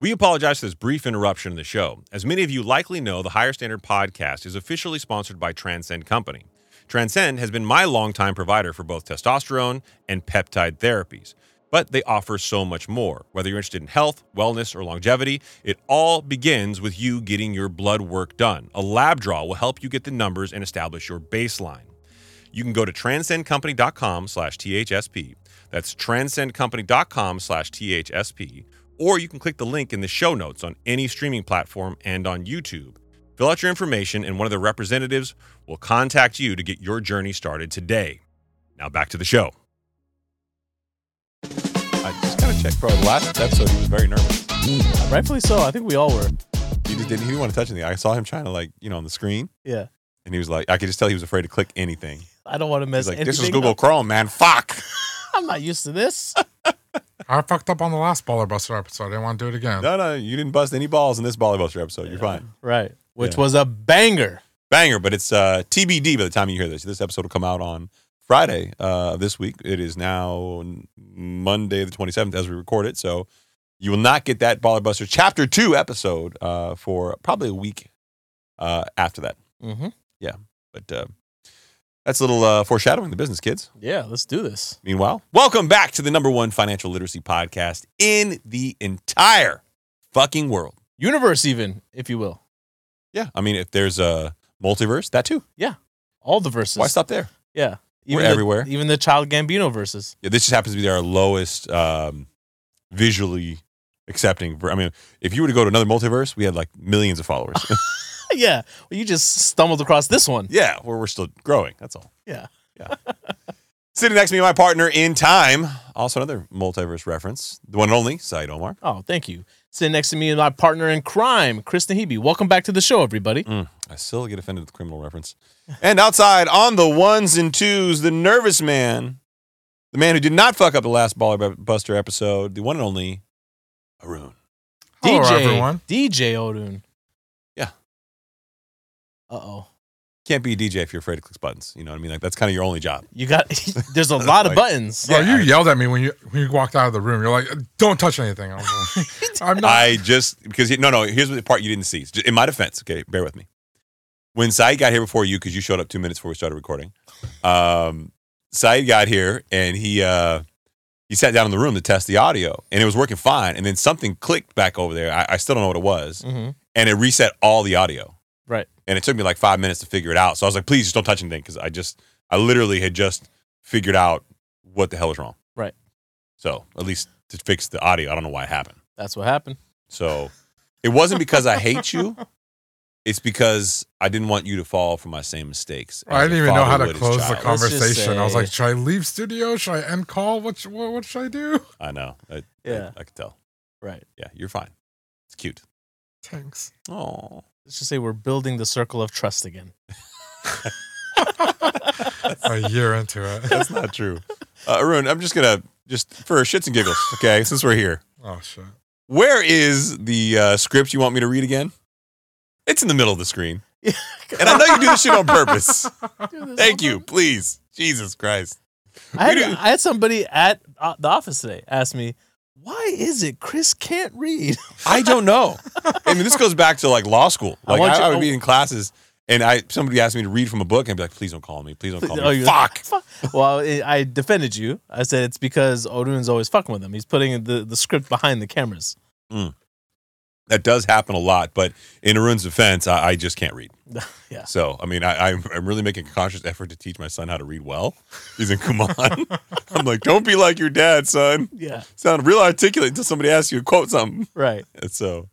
We apologize for this brief interruption in the show. As many of you likely know, the Higher Standard podcast is officially sponsored by Transcend Company. Transcend has been my longtime provider for both testosterone and peptide therapies, but they offer so much more. Whether you're interested in health, wellness, or longevity, it all begins with you getting your blood work done. A lab draw will help you get the numbers and establish your baseline. You can go to transcendcompany.com slash THSP. That's transcendcompany.com slash THSP. Or you can click the link in the show notes on any streaming platform and on YouTube. Fill out your information, and one of the representatives will contact you to get your journey started today. Now back to the show. I just kind of checked, bro. The last episode, he was very nervous. Rightfully so. I think we all were. He just didn't. He didn't want to touch anything. I saw him trying to like, you know, on the screen, Yeah. and he was like, I could just tell he was afraid to click anything. I don't want to mess He's like, anything this is Google up. Chrome, man. Fuck. I'm not used to this. I fucked up on the last Baller Buster episode. I didn't want to do it again. No, no, you didn't bust any balls in this Baller Buster episode. You're fine. right. Which Yeah. was a banger. Banger, but it's uh, TBD by the time you hear this. This episode will come out on Friday uh, of this week. It is now Monday, the 27th, as we record it. So you will not get that Baller Buster Chapter 2 episode uh, for probably a week uh, after that. Mm-hmm. But uh, that's a little uh, foreshadowing the business, kids. Yeah, let's do this. Meanwhile, welcome back to the number one financial literacy podcast in the entire fucking world. Universe, even, if you will. Yeah. I mean, if there's a multiverse, that too. All the verses. Why stop there? Yeah. We're the- everywhere. Even the Child Gambino verses. Yeah, this just happens to be our lowest um, visually accepting. ver- I mean, if you were to go to another multiverse, we had like millions of followers. yeah. Well, you just stumbled across this one. yeah, where we're still growing. That's all. Yeah. Yeah. Sitting next to me, my partner in time, also another multiverse reference, the one and only Saeed Omar. Oh, thank you. Sitting next to me is my partner in crime, Kristen Hebe. Welcome back to the show, everybody. I still get offended with criminal reference. And outside on the ones and twos, the nervous man, the man who did not fuck up the last Baller Bu- Buster episode, the one and only Arun. Hello, DJ. everyone. DJ Odun. Yeah. Uh oh. Can't be a DJ if you're afraid to click buttons. You know what I mean? Like that's kind of your only job. You got, there's a lot of Like- buttons. Bro, Yeah, I- you yelled at me when you when you walked out of the room. You're like, "Don't touch anything." I was like, I'm not. I just because he- no, no. Here's the part you didn't see. In my defense, okay, bear with me. When Saeed got here before you, because you showed up two minutes before we started recording, um, Saeed got here and he uh, he sat down in the room to test the audio, and it was working fine. And then something clicked back over there. I, I still don't know what it was, Mm-hmm. and it reset all the audio. Right. And it took me like five minutes to figure it out. So I was like, please just don't touch anything because I just I literally had just figured out what the hell was wrong. Right. So at least to fix the audio, I don't know why it happened. That's what happened. So it wasn't because I hate you. It's because I didn't want you to fall for my same mistakes. I as a didn't even know father how to would his close the child. Let's just conversation. I was say- like, "Should I leave studio? Should I end call? What sh- what, what should I do?" I know. I, Yeah. I, I could tell. Right. Yeah, you're fine. It's cute. Thanks. Oh, Let's just say we're building the circle of trust again. A year into it. that's not true. Uh, Arun, I'm just gonna just for shits and giggles, okay? Since we're here, Oh shit. where is the uh, script you want me to read again? It's in the middle of the screen, and I know you do this shit on purpose. Thank you. Please, Jesus Christ. I had, We do- I had somebody at uh, the office today ask me, "Why is it Chris can't read?" I don't know. I mean, this goes back to like law school. I Like want I, you- I would be in classes, and I somebody asked me to read from a book, and I'd be like, "Please don't call me. Please don't call Oh, me." you- Fuck. well, I I defended you. I said it's because Odun's always fucking with him. He's putting the, the script behind the cameras. That does happen a lot, but in Arun's defense, I, I just can't read. yeah. So, I mean, I, I'm, I'm really making a conscious effort to teach my son how to read well. He's in Kumon. I'm like, don't be like your dad, son. Yeah. Sound real articulate until somebody asks you to quote something. Right. And so,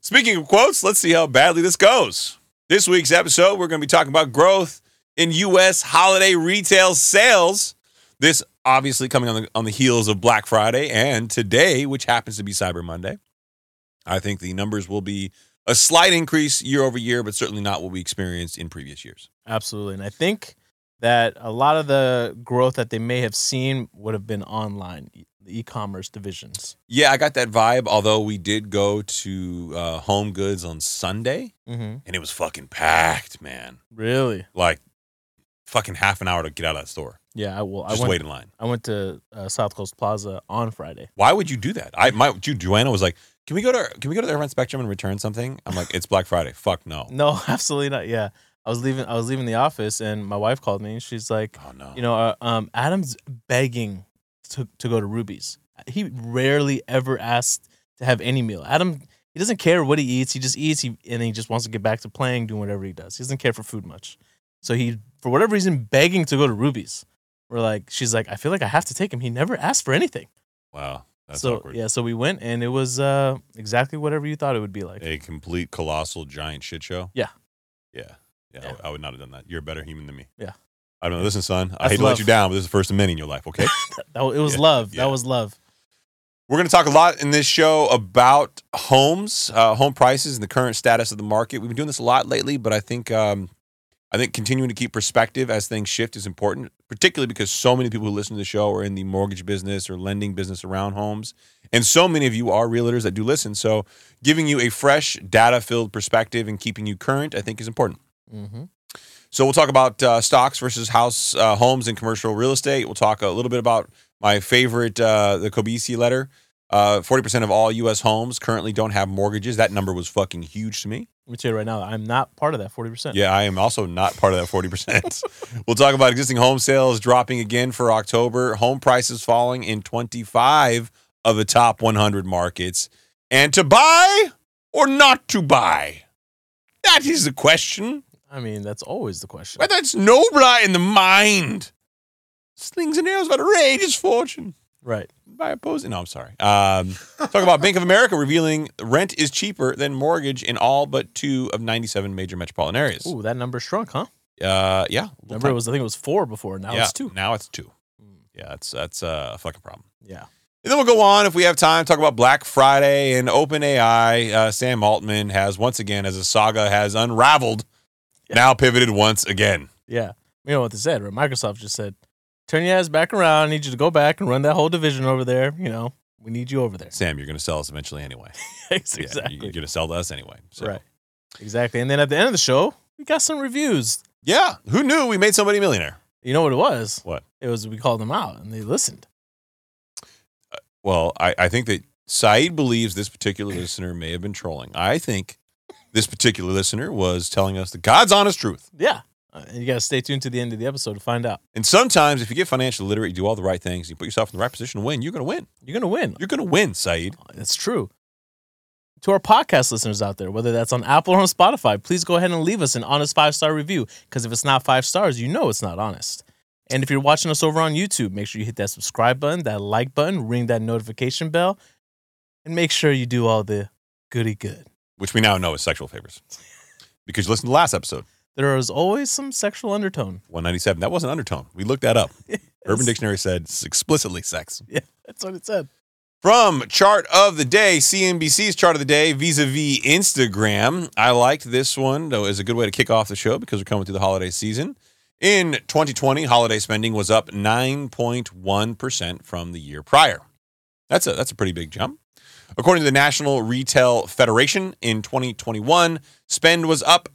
speaking of quotes, let's see how badly this goes. This week's episode, we're going to be talking about growth in U.S. holiday retail sales. This obviously coming on the, on the heels of Black Friday and today, which happens to be Cyber Monday. I think the numbers will be a slight increase year over year, but certainly not what we experienced in previous years. Absolutely. And I think that a lot of the growth that they may have seen would have been online, e- the e-commerce divisions. Yeah, I got that vibe, although we did go to uh, Home Goods on Sunday Mm-hmm. and it was fucking packed, man. Really? Like, fucking half an hour to get out of that store. Yeah. I will. I Just went. wait in line. I went to uh, South Coast Plaza on Friday. Why would you do that? I my dude, Joanna was like, Can we go to Can we go to the Irvine Spectrum and return something? I'm like, it's Black Friday. Fuck no. No, absolutely not. Yeah. I was leaving I was leaving the office and my wife called me and she's like, Oh no. you know, uh, um, Adam's begging to to go to Ruby's. He rarely ever asks to have any meal. Adam, he doesn't care what he eats. He just eats, he, and he just wants to get back to playing, doing whatever he does. He doesn't care for food much. So he, for whatever reason, begging to go to Ruby's. We're like, she's like, I feel like I have to take him. He never asked for anything. wow, that's so awkward. yeah, so we went, and it was uh, exactly whatever you thought it would be like. A complete colossal giant shit show. Yeah. Yeah. Yeah. Yeah. I, I would not have done that. You're a better human than me. Yeah. I don't know. Listen, son. I That's hate to let love. you down, but this is the first of many in your life. Okay. That, wa- Oh, it was Yeah, love. yeah. That was love. We're going to talk a lot in this show about homes, uh, home prices, and the current status of the market. We've been doing this a lot lately, but I think um, I think continuing to keep perspective as things shift is important, particularly because so many people who listen to the show are in the mortgage business or lending business around homes, and so many of you are realtors that do listen. So, giving you a fresh, data-filled perspective and keeping you current, I think, is important. Mm-hmm. So we'll talk about uh, stocks versus house, uh, homes, and commercial real estate. We'll talk a little bit about my favorite, uh, the Kobisi letter. Uh, Forty percent of all U.S. homes currently don't have mortgages. That number was fucking huge to me. Let me tell you right now, I'm not part of that forty percent. Yeah, I am also not part of that forty percent. we'll talk about existing home sales dropping again for October, home prices falling in twenty-five of the top one hundred markets, and to buy or not to buy. That is the question. I mean, that's always the question. Whether it's nobler in the mind. Slings and arrows of outrageous fortune. Right. By opposing, no, I'm sorry. Um, talk about Bank of America revealing rent is cheaper than mortgage in all but two of 97 major metropolitan areas. Ooh, that number shrunk, huh? Uh, yeah, Remember, it was I think it was four before. Now yeah, it's two. Now it's two. Mm, Yeah, that's that's uh, a fucking problem. Yeah. And then we'll go on if we have time. Talk about Black Friday and OpenAI. Uh, Sam Altman has once again, as a saga has unraveled, Yeah. now pivoted once again. Yeah. You know what they said, right? Microsoft just said, "Turn your ass back around. I need you to go back and run that whole division over there. You know, we need you over there." Sam, you're going to sell us eventually anyway. Yeah, exactly. you're going to sell to us anyway. So. Right. Exactly. And then at the end of the show, we got some reviews. Yeah. Who knew we made somebody a millionaire? You know what it was? What? It was we called them out and they listened. Well, I, I think that Saeed believes this particular listener may have been trolling. I think this particular listener was telling us the God's honest truth. Yeah. Uh, and you got to stay tuned to the end of the episode to find out. And sometimes, if you get financially literate, you do all the right things, you put yourself in the right position to win, you're going to win. You're gonna win. You're going to win, Saeed. That's true. To our podcast listeners out there, whether that's on Apple or on Spotify, please go ahead and leave us an honest five star review because if it's not five stars, you know it's not honest. And if you're watching us over on YouTube, make sure you hit that subscribe button, that like button, ring that notification bell, and make sure you do all the goody good. Which we now know is sexual favors. Because you listened to the last episode, There is always some sexual undertone. 197. That wasn't undertone. We looked that up. Urban That's- Dictionary said it's explicitly sex. That's what it said. From chart of the day, CNBC's chart of the day vis-a-vis Instagram. I liked this one though as a good way to kick off the show because we're coming through the holiday season. In 2020, holiday spending was up 9.1% from the year prior. That's a that's a pretty big jump. According to the National Retail Federation, in 2021, spend was up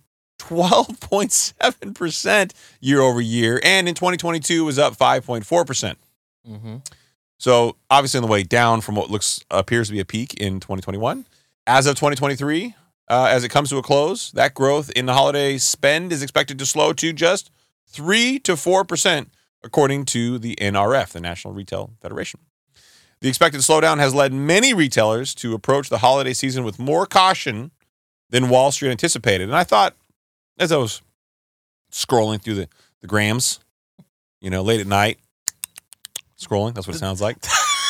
12.7% year over year and in 2022 was up 5.4%. Mm-hmm. So obviously on the way down from what looks appears to be a peak in 2021. As of 2023, uh, as it comes to a close, that growth in the holiday spend is expected to slow to just three to four percent, according to the NRF, the National Retail Federation. The expected slowdown has led many retailers to approach the holiday season with more caution than Wall Street anticipated. And I thought, as I was scrolling through the, the grams, you know, late at night, scrolling, that's what it sounds like.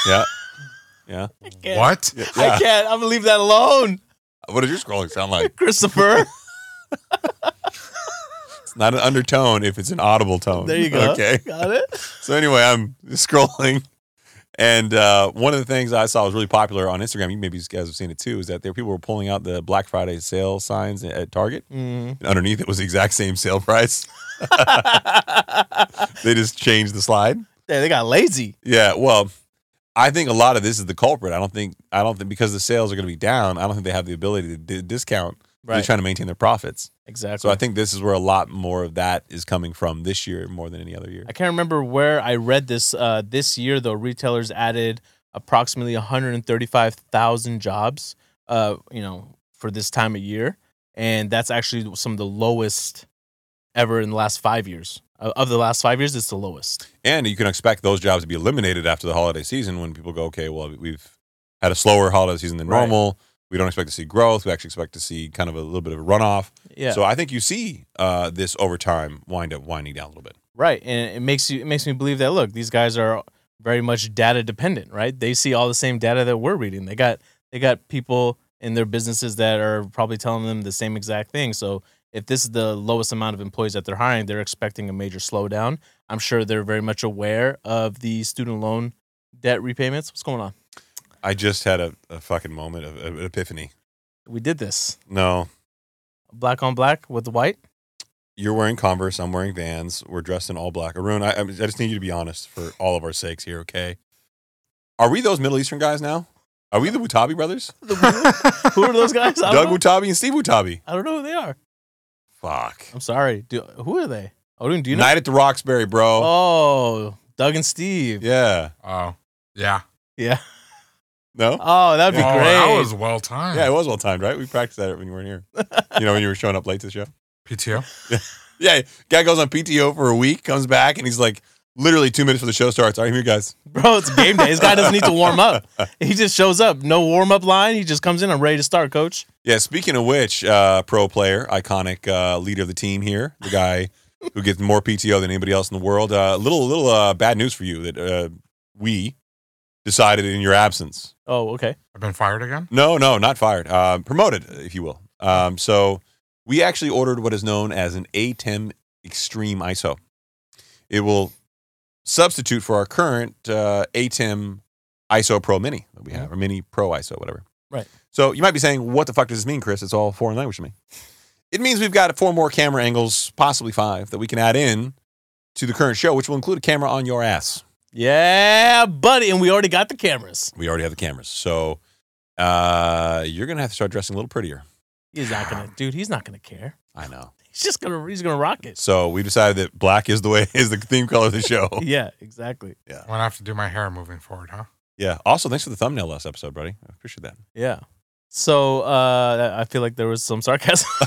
Yeah. Yeah. What? Yeah. I can't. I'm gonna leave that alone, What does your scrolling sound like? Christopher. It's not an undertone if it's an audible tone. there you go. Okay. Got it. So anyway, I'm scrolling, and uh, one of the things I saw was really popular on Instagram. You maybe you guys have seen it too. Is that there people were pulling out the Black Friday sale signs at Target. Mm. Underneath it was the exact same sale price. They just changed the slide. Yeah, they got lazy. Yeah. Well, I think a lot of this is the culprit. I don't think I don't think because the sales are going to be down. I don't think they have the ability to d- discount. They're trying to maintain their profits. Exactly. So I think this is where a lot more of that is coming from this year more than any other year. I can't remember where I read this. Uh, this year, though, retailers added approximately 135,000 jobs uh, you know, for this time of year, and that's actually some of the lowest ever in the last five years. Of of the last five years, it's the lowest. And you can expect those jobs to be eliminated after the holiday season when people go, okay, well, we've had a slower holiday season than Right. normal. We don't expect to see growth. We actually expect to see kind of a little bit of a runoff. Yeah. So I think you see uh, this over time wind up winding down a little bit. Right, and it makes you it makes me believe that look, these guys are very much data dependent, right? They see all the same data that we're reading. They got they got people in their businesses that are probably telling them the same exact thing. So if this is the lowest amount of employees that they're hiring, they're expecting a major slowdown. I'm sure they're very much aware of the student loan debt repayments. What's going on? I just had a, a fucking moment of of epiphany. We did this No, black on black with the white. you're wearing Converse. I'm wearing Vans. We're dressed in all black. Arun, I, I just need you to be honest for all of our sakes here, okay? Are we those Middle Eastern guys now? Are we the Wutabi brothers? Who are those guys? Doug I don't, know. Wutabi and Steve Wutabi. I don't know who they are. Fuck. I'm sorry. Do, who are they? Odin, do you know? Night at the Roxbury, bro. Oh, Doug and Steve. Yeah. Oh, yeah. Yeah. No? Oh, that'd be Oh, great. That was well timed. Yeah, it was well timed, right? We practiced that when you weren't here. You know, when you were showing up late to the show. PTO. Yeah, guy goes on PTO for a week, comes back, and he's like, literally two minutes before the show starts. All right, here, guys. Bro, it's game day. This guy doesn't need to warm up. He just shows up. No warm up line. He just comes in. I'm ready to start, coach. Yeah, speaking of which, uh, pro player, iconic uh, leader of the team here, the guy who gets more PTO than anybody else in the world. Uh, little little uh, bad news for you that uh, we decided in your absence. Oh, okay. I've been fired again. No, no, not fired. Uh, promoted, if you will. Um, so we actually ordered what is known as an ATEM Extreme ISO. It will substitute for our current uh, ATEM ISO Pro Mini that we have, or Mini Pro ISO, whatever. Right. So you might be saying, what the fuck does this mean, Chris? It's all foreign language to me. It means we've got four more camera angles, possibly five, that we can add in to the current show, which will include a camera on your ass. Yeah, buddy. And we already got the cameras. We already have the cameras. So uh, you're going to have to start dressing a little prettier. He's not gonna, dude. He's not gonna care. I know. He's just gonna. He's gonna rock it. So we decided that black is the way is the theme color of the show. Yeah, exactly. I'm gonna have to do my hair moving forward, huh? yeah. Also, thanks for the thumbnail last episode, buddy. I appreciate that. Yeah. So uh, I feel like there was some sarcasm,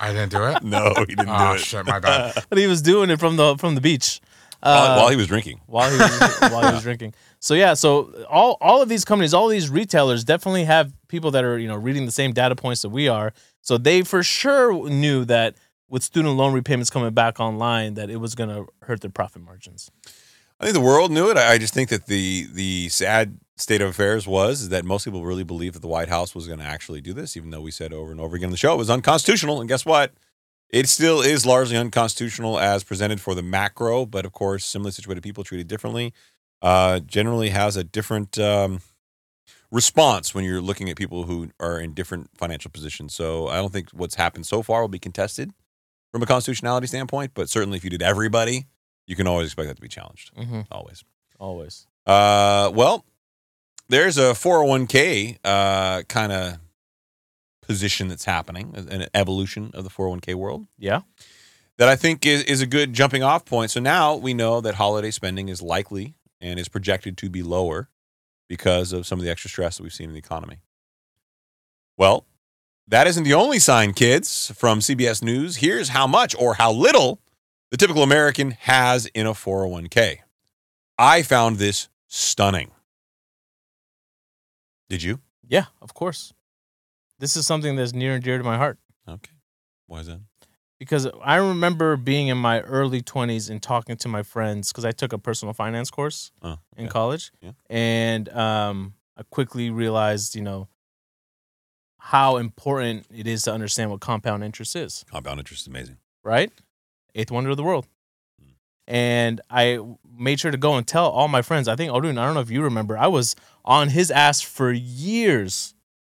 I didn't do it. No, he didn't oh do it. shit, my bad. but he was doing it from the from the beach. while, while he was drinking. while he was, while he was drinking. So yeah, so all all of these companies, all these retailers definitely have people that are you know reading the same data points that we are. So they for sure knew that with student loan repayments coming back online, that it was going to hurt their profit margins. I think the world knew it. I I just think that the the sad state of affairs was is that most people really believed that the White House was going to actually do this, even though we said over and over again on the show it was unconstitutional. And guess what? It still is largely unconstitutional as presented for the macro, but of course, similarly situated people treated differently uh, generally has a different um, response when you're looking at people who are in different financial positions. So I don't think what's happened so far will be contested from a constitutionality standpoint, but certainly if you did everybody, you can always expect that to be challenged Mm-hmm. always. Always. Uh, well, there's a 401k uh, kind of position that's happening, an evolution of the 401k world Yeah. that I think is, is a good jumping off point. So now we know that holiday spending is likely and is projected to be lower because of some of the extra stress that we've seen in the economy. Well, that isn't the only sign, kids, from CBS News. Here's how much or how little the typical American has in a 401k. I found this stunning. Did you? Yeah. Of course. This is something that's near and dear to my heart Okay. Why is that? because I remember being in my early 20s and talking to my friends because I took a personal finance course. Oh, in okay. college, Yeah. and um, I quickly realized, you know, how important it is to understand what compound interest is. Compound interest is amazing. Right, eighth wonder of the world. And I made sure to go and tell all my friends. I think Odin, I don't know if you remember, I was on his ass for years,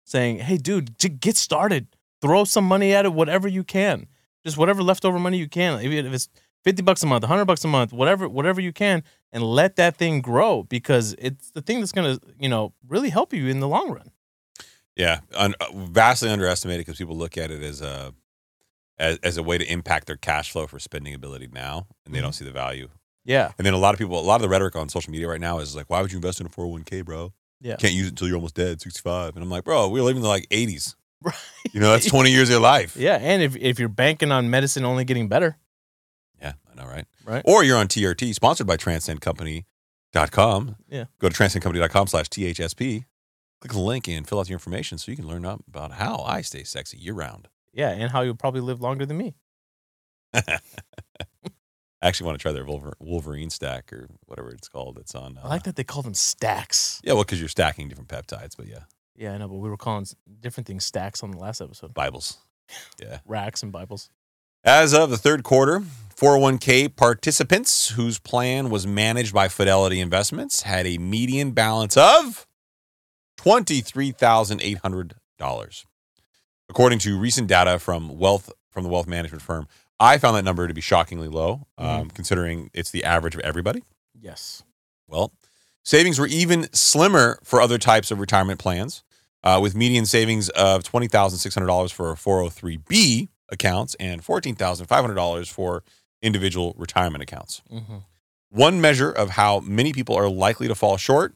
saying, "Hey, dude, j- get started. Throw some money at it, whatever you can. Just whatever leftover money you can. Even if it's fifty bucks a month, hundred bucks a month, whatever, whatever you can, and let that thing grow because it's the thing that's gonna, you know, really help you in the long run. Yeah, un- uh, vastly underestimated because people look at it as a as, as a way to impact their cash flow for spending ability now, and they don't see the value. Yeah, And then a lot of people, a lot of the rhetoric on social media right now is like, "Why would you invest in a four hundred one k, bro? Yeah. Can't use it until you're almost dead, 65. And I'm like, bro, we were living in the like 80s. Right. You know, that's 20 years of your life. Yeah, and if if you're banking on medicine only getting better, Yeah, I know, right? Right. Or you're on TRT, sponsored by transcendcompany.com. Yeah. Go to transcendcompany.com slash THSP. Click the link and fill out your information so you can learn up about how I stay sexy year round. yeah, and how you'll probably live longer than me. I actually want to try their Wolver- Wolverine stack or whatever it's called. It's on. Uh, I like that they call them stacks. Yeah, well, because you're stacking different peptides, but yeah, Yeah, I know, but we were calling s- different things stacks on the last episode. Bibles. Yeah. Racks and Bibles. As of the third quarter, 401k participants whose plan was managed by Fidelity Investments had a median balance of $23,800. According to recent data from wealth from the wealth management firm, I found that number to be shockingly low, um, considering it's the average of everybody. Yes. Well, savings were even slimmer for other types of retirement plans, uh, with median savings of twenty thousand six hundred dollars for 403b accounts and fourteen thousand five hundred dollars for individual retirement accounts. Mm-hmm. One measure of how many people are likely to fall short.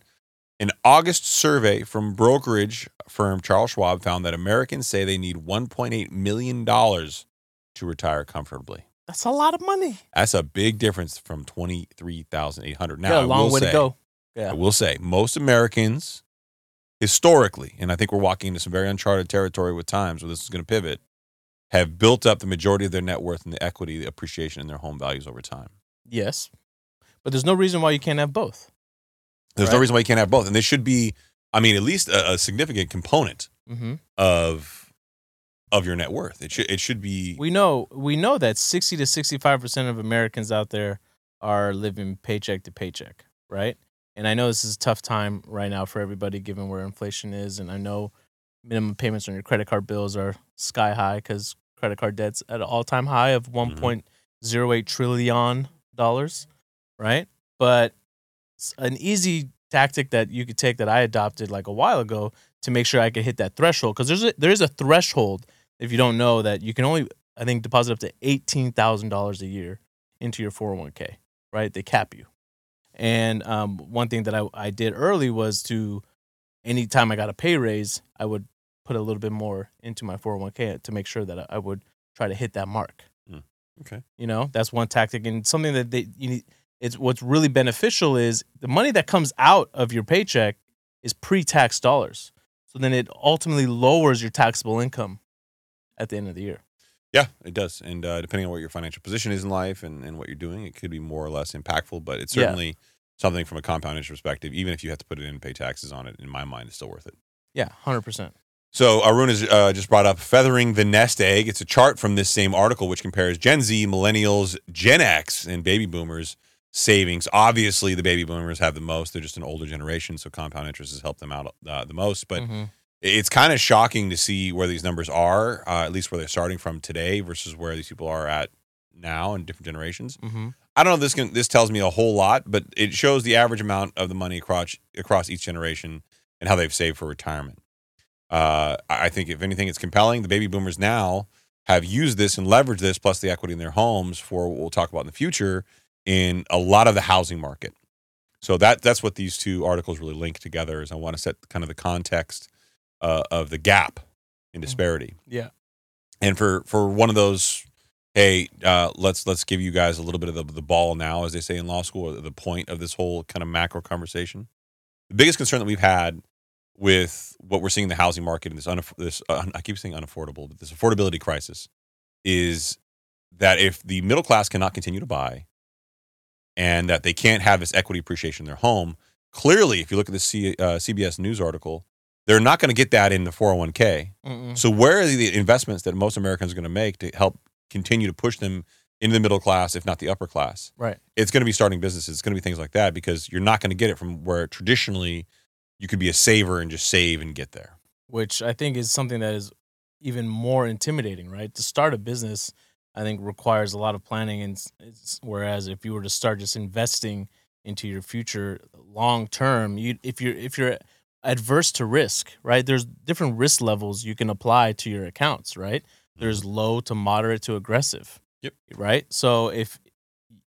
An August survey from brokerage firm Charles Schwab found that Americans say they need $1.8 million to retire comfortably. That's a lot of money. That's a big difference from 23,800. Now, yeah, I a long will way say- to go. I Yeah. will say most Americans historically, and I think we're walking into some very uncharted territory with times where this is going to pivot, have built up the majority of their net worth and the equity, the appreciation in their home values over time. Yes. But there's no reason why you can't have both. There's no Right. reason why you can't have both. And they should be, I mean, at least a, a significant component Mm-hmm. of of your net worth. It should it should be We know we know that 60 to 65 percent of Americans out there are living paycheck to paycheck, right? And I know this is a tough time right now for everybody, given where inflation is, and I know minimum payments on your credit card bills are sky high because credit card debt's at an all-time high of Mhm. 1.08 trillion dollars, right? But s- an easy tactic that you could take that I adopted like a while ago to make sure I could hit that threshold because there's a, there is a threshold if you don't know that you can only I think deposit up to eighteen thousand dollars a year into your 401k, right? They cap you. And um, one thing that I, I did early was to anytime I got a pay raise, I would put a little bit more into my 401k to make sure that I- I would try to hit that mark. Hmm. Okay. You know, that's one tactic and something that they you need it's what's really beneficial is the money that comes out of your paycheck is pre-tax dollars. So then it ultimately lowers your taxable income at the end of the year. Yeah, it does. And uh, depending on what your financial position is in life and, and what you're doing, it could be more or less impactful, but it's Yeah. certainly something from a compound interest perspective, even if you have to put it in and pay taxes on it, in my mind, it's still worth it. Yeah, 100%. So Arun has uh, just brought up feathering the nest egg. It's a chart from this same article which compares Gen Z, millennials, Gen X, and baby boomers savings. Obviously, the baby boomers have the most. They're just an older generation, so compound interest has helped them out uh, the most. But Mhm. it's kind of shocking to see where these numbers are, uh, at least where they're starting from today versus where these people are at now in different generations. Mhm. I don't know if this can, this tells me a whole lot, but it shows the average amount of the money across across each generation and how they've saved for retirement. Uh, I I think if anything, it's compelling. The baby boomers now have used this and leveraged this, plus the equity in their homes for what we'll talk about in the future in a lot of the housing market. So that that's what these two articles really link together. Is I want to set kind of the context uh, of the gap in disparity Yeah. and for for one of those hey uh, let's let's give you guys a little bit of the, the ball now as they say in law school or the point of this whole kind of macro conversation the biggest concern that we've had with what we're seeing in the housing market and this, unaff- this uh, i keep saying unaffordable but this affordability crisis is that if the middle class cannot continue to buy and that they can't have this equity appreciation in their home clearly if you look at the C, uh, cbs news article they're not going to get that in the 401k Mm-mm. so where are the investments that most Americans are going to make to help continue to push them into the middle class, if not the upper class? Right. It's going to be starting businesses. It's going to be things like that because you're not going to get it from where traditionally you could be a saver and just save and get there. Which I think is something that is even more intimidating, right? To start a business, I think requires a lot of planning. And s- it's, whereas if you were to start just investing into your future long term, you if you're if you're adverse to risk, right? There's different risk levels you can apply to your accounts, right? There's low to moderate to aggressive. Yep. Right. So if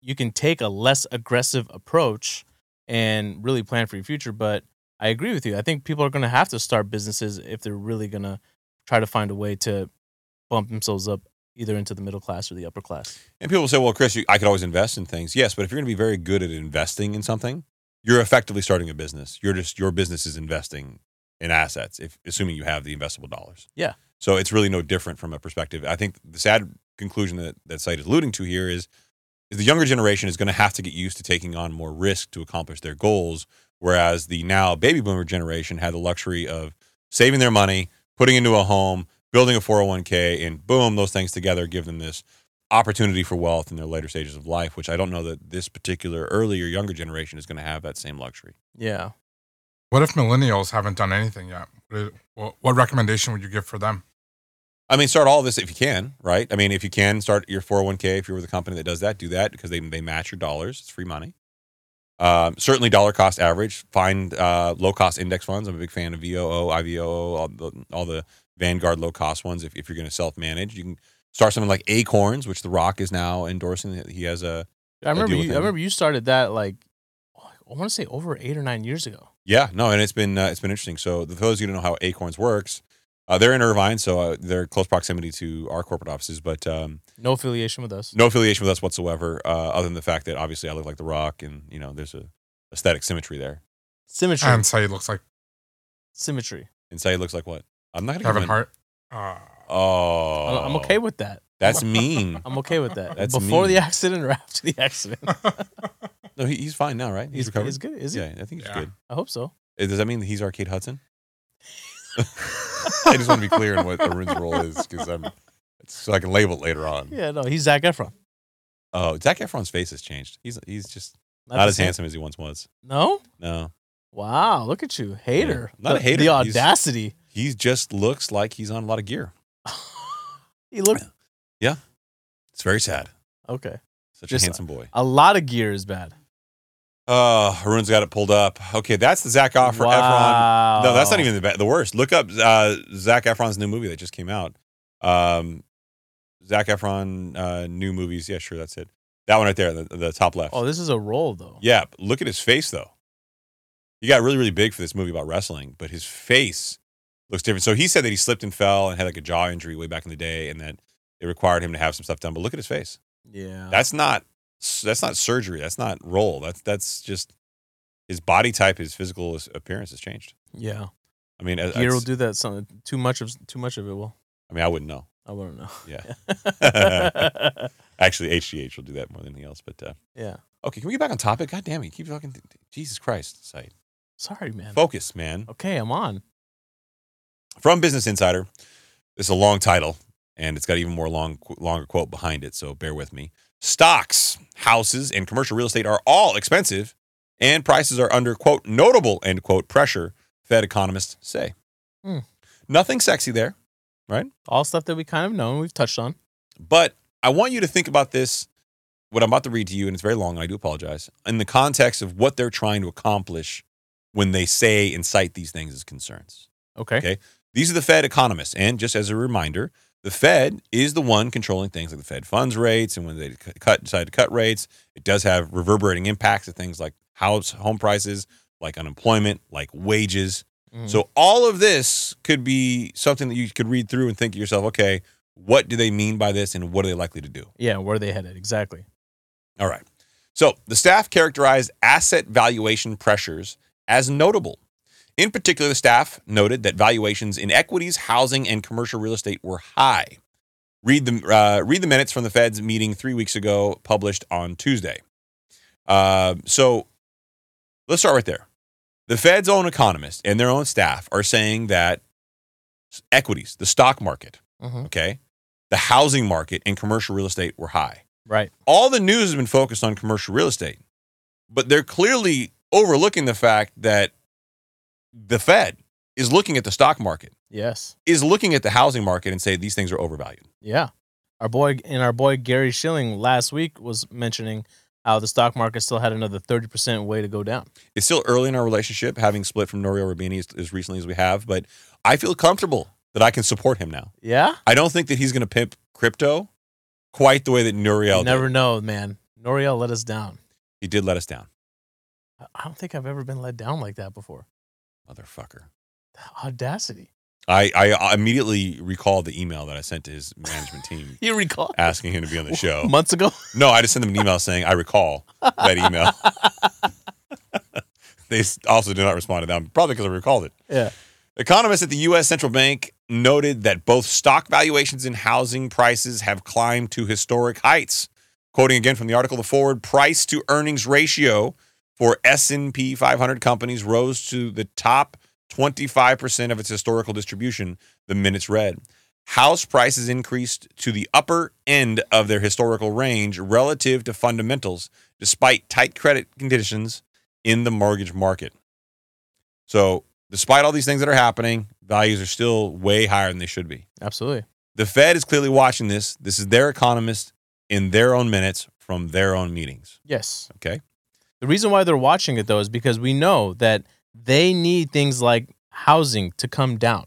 you can take a less aggressive approach and really plan for your future, but I agree with you. I think people are going to have to start businesses if they're really going to try to find a way to bump themselves up either into the middle class or the upper class. And people say, well, Chris, you, I could always invest in things. Yes, but if you're going to be very good at investing in something, you're effectively starting a business. You're just, your business is investing in assets, if, assuming you have the investable dollars. Yeah. So it's really no different from a perspective. I think the sad conclusion that that site is alluding to here is, is the younger generation is going to have to get used to taking on more risk to accomplish their goals, whereas the now baby boomer generation had the luxury of saving their money, putting into a home, building a 401k, and boom, those things together give them this opportunity for wealth in their later stages of life, which I don't know that this particular earlier younger generation is going to have that same luxury. Yeah. What if millennials haven't done anything yet? What is- What, what recommendation would you give for them? I mean, start all this if you can, right? I mean, if you can start your 401k, if you're with a company that does that, do that because they, they match your dollars. It's free money. Um, certainly, dollar cost average. Find uh, low cost index funds. I'm a big fan of VOO, IVOO, all the, all the Vanguard low cost ones. If, if you're going to self manage, you can start something like Acorns, which The Rock is now endorsing. He has a, I remember deal with you, I him. remember you started that like oh, I want to say over 8 or 9 years ago. yeah, no, and it's been, uh, it's been interesting. So, for those of you who don't know how Acorns works, uh, they're in Irvine, so uh, they're close proximity to our corporate offices, but um, No affiliation with us. no affiliation with us whatsoever, uh, other than the fact that obviously I look like The Rock, and you know there's a aesthetic symmetry there. Symmetry. And say it looks like Symmetry. And Say looks like what? I'm not gonna. Kevin give Hart. Uh, my- Oh, I- I'm okay with that. That's mean. I'm okay with that. That's Before mean. the accident or after the accident. no, he, he's fine now, right? He's, He's, recovered. he's good, is he? yeah, I think he's Yeah. good. I hope so. Uh, Does that mean that he's Arcade Hudson? I just want to be clear on what Arun's role is because I'm so I can label it later on. Yeah, no, he's Zach Efron. Oh, Zac Efron's face has changed. He's he's just not, the as same- handsome as he once was. No? No, Wow, look at you. Hater. Yeah, not the, a hater, The he's- audacity. he just looks like he's on a lot of gear. he looked It's very sad. okay. Such Just- a handsome boy. A lot of gear is bad. Oh, Harun's got it pulled up. Okay, that's the Zach Efron. wow. Efron. No, that's not even the, ba- the worst. Look up uh, Zach Efron's new movie that just came out. Um, Zach Efron uh, new movies. Yeah, sure, that's it. That one right there, the, the top left. Oh, this is a roll though. yeah, but look at his face though. He got really, really big for this movie about wrestling, but his face looks different. So he said that he slipped and fell and had like a jaw injury way back in the day, and that it required him to have some stuff done. But look at his face. Yeah. That's not that's not surgery. That's not role. That's that's just his body type, his physical as- appearance has changed. yeah. I mean, I, Gear will do that something too much of too much of it will. I mean, I wouldn't know. I wouldn't know. Yeah. Yeah. Actually, HGH will do that more than anything else. But uh, yeah. okay, can we get back on topic? God damn it, you keep talking. Jesus Christ, site Sorry, man. focus, man. Okay, I'm on. From Business Insider, this is a long title, and it's got even more long, longer quote behind it. So bear with me. Stocks, houses, and commercial real estate are all expensive, and prices are under quote notable end quote pressure. Fed economists say. Hmm. Nothing sexy there. All stuff that we kind of know and we've touched on. But I want you to think about this, what I'm about to read to you, and it's very long, and I do apologize, in the context of what they're trying to accomplish when they say and cite these things as concerns. Okay. Okay. These are the Fed economists. And just as a reminder, the Fed is the one controlling things like the Fed funds rates. And when they c- cut, decide to cut rates, it does have reverberating impacts to things like house, home prices, like unemployment, like wages. Mhm. So all of this could be something that you could read through and think to yourself, okay, what do they mean by this and what are they likely to do? yeah, where are they headed? Exactly. All right. So the staff characterized asset valuation pressures as notable. In particular, the staff noted that valuations in equities, housing, and commercial real estate were high. Read the, uh, read the minutes from the Fed's meeting three weeks ago, published on Tuesday. Uh, so let's start right there. The Fed's own economists and their own staff are saying that equities, the stock market, Mhm. okay, the housing market, and commercial real estate were high Right. all the news has been focused on commercial real estate, but they're clearly overlooking the fact that the Fed is looking at the stock market, Yes. is looking at the housing market, and say these things are overvalued. Yeah. Our boy and our boy Gary Schilling last week was mentioning how the stock market still had another 30% way to go down. It's still early in our relationship, having split from Norio Rubini as, as recently as we have, but I feel comfortable that I can support him now. Yeah? I don't think that he's going to pimp crypto quite the way that Nuriel you never did. know, man. Noriel let us down. He did let us down. I- I don't think I've ever been let down like that before. Motherfucker. Audacity. I, I immediately recalled the email that I sent to his management team You recall asking him to be on the show. months ago? No, I just sent them an email saying I recall that email. they s- also did not respond to that, probably because I recalled it. Yeah. Economists at the U.S. Central Bank noted that both stock valuations and housing prices have climbed to historic heights. Quoting again from the article, the forward price to earnings ratio for S&P 500 companies rose to the top 25% of its historical distribution, the minutes read. House prices increased to the upper end of their historical range relative to fundamentals, despite tight credit conditions in the mortgage market. So, despite all these things that are happening, values are still way higher than they should be. Absolutely. The Fed is clearly watching this. This is their economist in their own minutes from their own meetings. Yes. Okay. The reason why they're watching it though is because we know that they need things like housing to come down,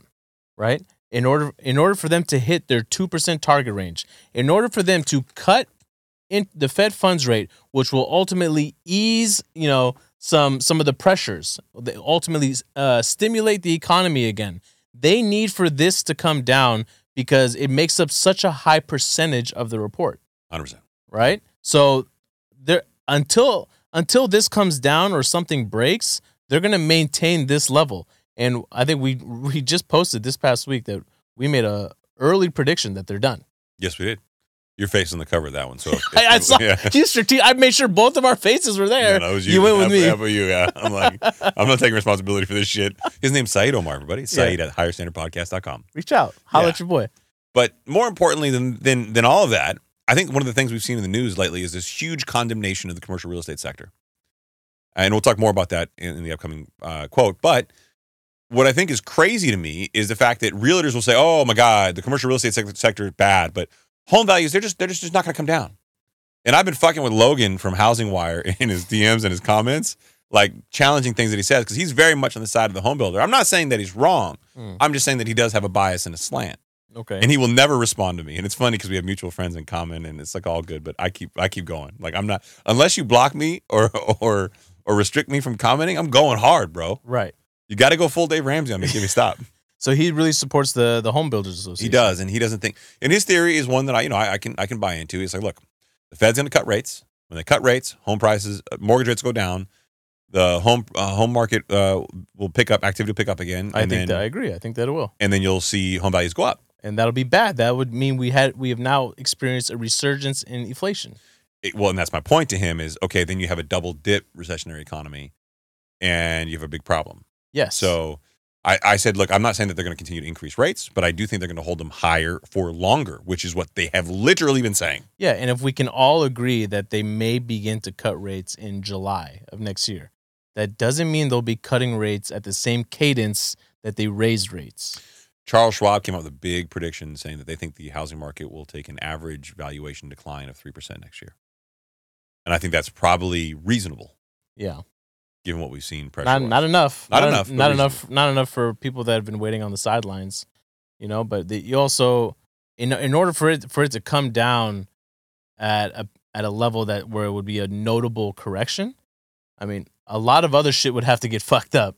right? In order in order for them to hit their 2% target range, in order for them to cut in the Fed funds rate, which will ultimately ease, you know, some some of the pressures, they ultimately uh, stimulate the economy again. They need for this to come down because it makes up such a high percentage of the report 100%. right? So there until until this comes down or something breaks, they're going to maintain this level. And I think we we just posted this past week that we made a early prediction that they're done. Yes, we did. Your face on the cover of that one. So if- I, I if- saw yeah. you strate- I made sure both of our faces were there. No, no, it was you. went with That- me. That was you, yeah. I'm like, I'm not taking responsibility for this shit. His name's Saeed Omar, everybody. It's Yeah. Saeed at higherstandardpodcast.com. Reach out. Holler Yeah. at your boy. But more importantly than, than than all of that, I think one of the things we've seen in the news lately is this huge condemnation of the commercial real estate sector. And we'll talk more about that in, in the upcoming uh, quote. But what I think is crazy to me is the fact that realtors will say, "Oh my God, the commercial real estate sec- sector is bad," but home values they're just they're just, just not going to come down. And I've been fucking with Logan from Housing Wire in his DMs and his comments, like challenging things that he says because he's very much on the side of the home builder. I'm not saying that he's wrong. Mm. I'm just saying that he does have a bias and a slant Okay. and he will never respond to me. And it's funny because we have mutual friends in common, and it's like all good. But I keep I keep going. Like I'm not unless you block me or or or restrict me from commenting. I'm going hard, bro. right. You got to go full Dave Ramsey on me. Give me stop. So he really supports the the home builders association. he does, and he doesn't think. And his theory is one that I you know I, I can I can buy into. He's like, look, the Fed's going to cut rates. When they cut rates, home prices, uh, mortgage rates go down. The home uh, home market uh, will pick up. Activity will pick up again. I and think then, that I agree. I think that it will. and then you'll see home values go up. And that'll be bad. That would mean we had we have now experienced a resurgence in inflation. it, well, and that's my point to him is okay, then you have a double dip recessionary economy and you have a big problem. Yes. So I, I said, look, I'm not saying that they're going to continue to increase rates, but I do think they're going to hold them higher for longer, which is what they have literally been saying. Yeah, and if we can all agree that they may begin to cut rates in July of next year, that doesn't mean they'll be cutting rates at the same cadence that they raised rates. Charles Schwab came out with a big prediction saying that they think the housing market will take an average valuation decline of 3% next year. And I think that's probably reasonable Yeah, given what we've seen. not Pressure-wise. not enough. Not en- enough, but Not enough. Not enough for people that have been waiting on the sidelines, you know. But the, you also, in in order for it for it to come down at a at a level that where it would be a notable correction, I mean, a lot of other shit would have to get fucked up,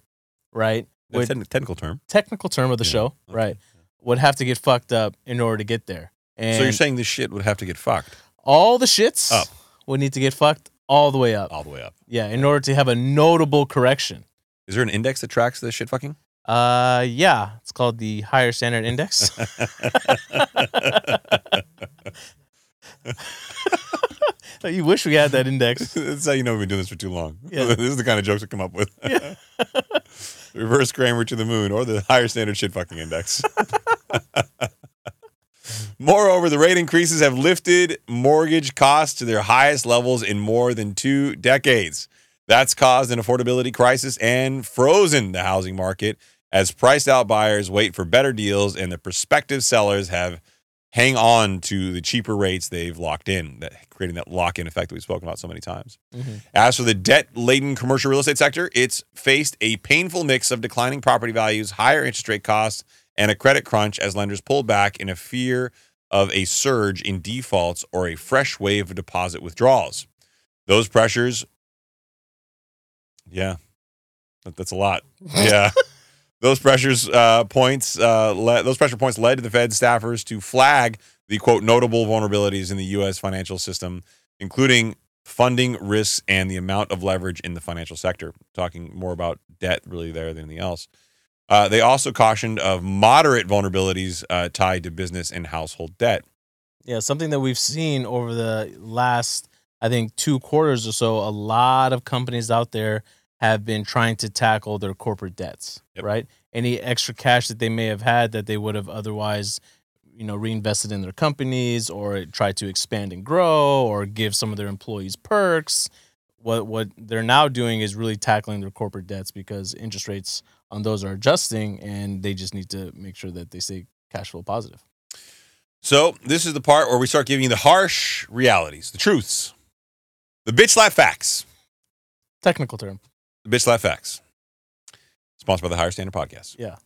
right? That's Would- a technical term. technical term of the Yeah. show, Okay. right? Would have to get fucked up in order to get there. And so you're saying this shit would have to get fucked all the shits Up. would need to get fucked all the way up. all the way up. Yeah, in order to have a notable correction. Is there an index that tracks this shit fucking? Uh, yeah, it's called the higher standard index. you wish we had that index. That's how you know we've been doing this for too long. Yeah. this is the kind of jokes we come up with. Reverse Kramer to the moon or the higher standard shit fucking index. Moreover, the rate increases have lifted mortgage costs to their highest levels in more than two decades. That's caused an affordability crisis and frozen the housing market as priced out buyers wait for better deals and the prospective sellers have hang on to the cheaper rates they've locked in, that, creating that lock in effect that we've spoken about so many times. Mhm. As for the debt laden commercial real estate sector, it's faced a painful mix of declining property values, higher interest rate costs, and a credit crunch as lenders pull back in a fear of a surge in defaults or a fresh wave of deposit withdrawals. Those pressures, yeah, that, that's a lot. Yeah. Those pressures uh, points uh, le- those pressure points led to the Fed staffers to flag the quote notable vulnerabilities in the U.S. financial system, including funding risks and the amount of leverage in the financial sector. Talking more about debt really there than anything else. Uh, they also cautioned of moderate vulnerabilities uh, tied to business and household debt. Yeah, something that we've seen over the last, I think, two quarters or so, a lot of companies out there have been trying to tackle their corporate debts, Yep. right? Any extra cash that they may have had that they would have otherwise, you know, reinvested in their companies or tried to expand and grow or give some of their employees perks. What what they're now doing is really tackling their corporate debts because interest rates on those are adjusting and they just need to make sure that they stay cash flow positive. So this is the part where we start giving you the harsh realities, the truths, the bitch slap facts, Technical term. the bitch slap facts. Sponsored by the Higher Standard Podcast. Yeah.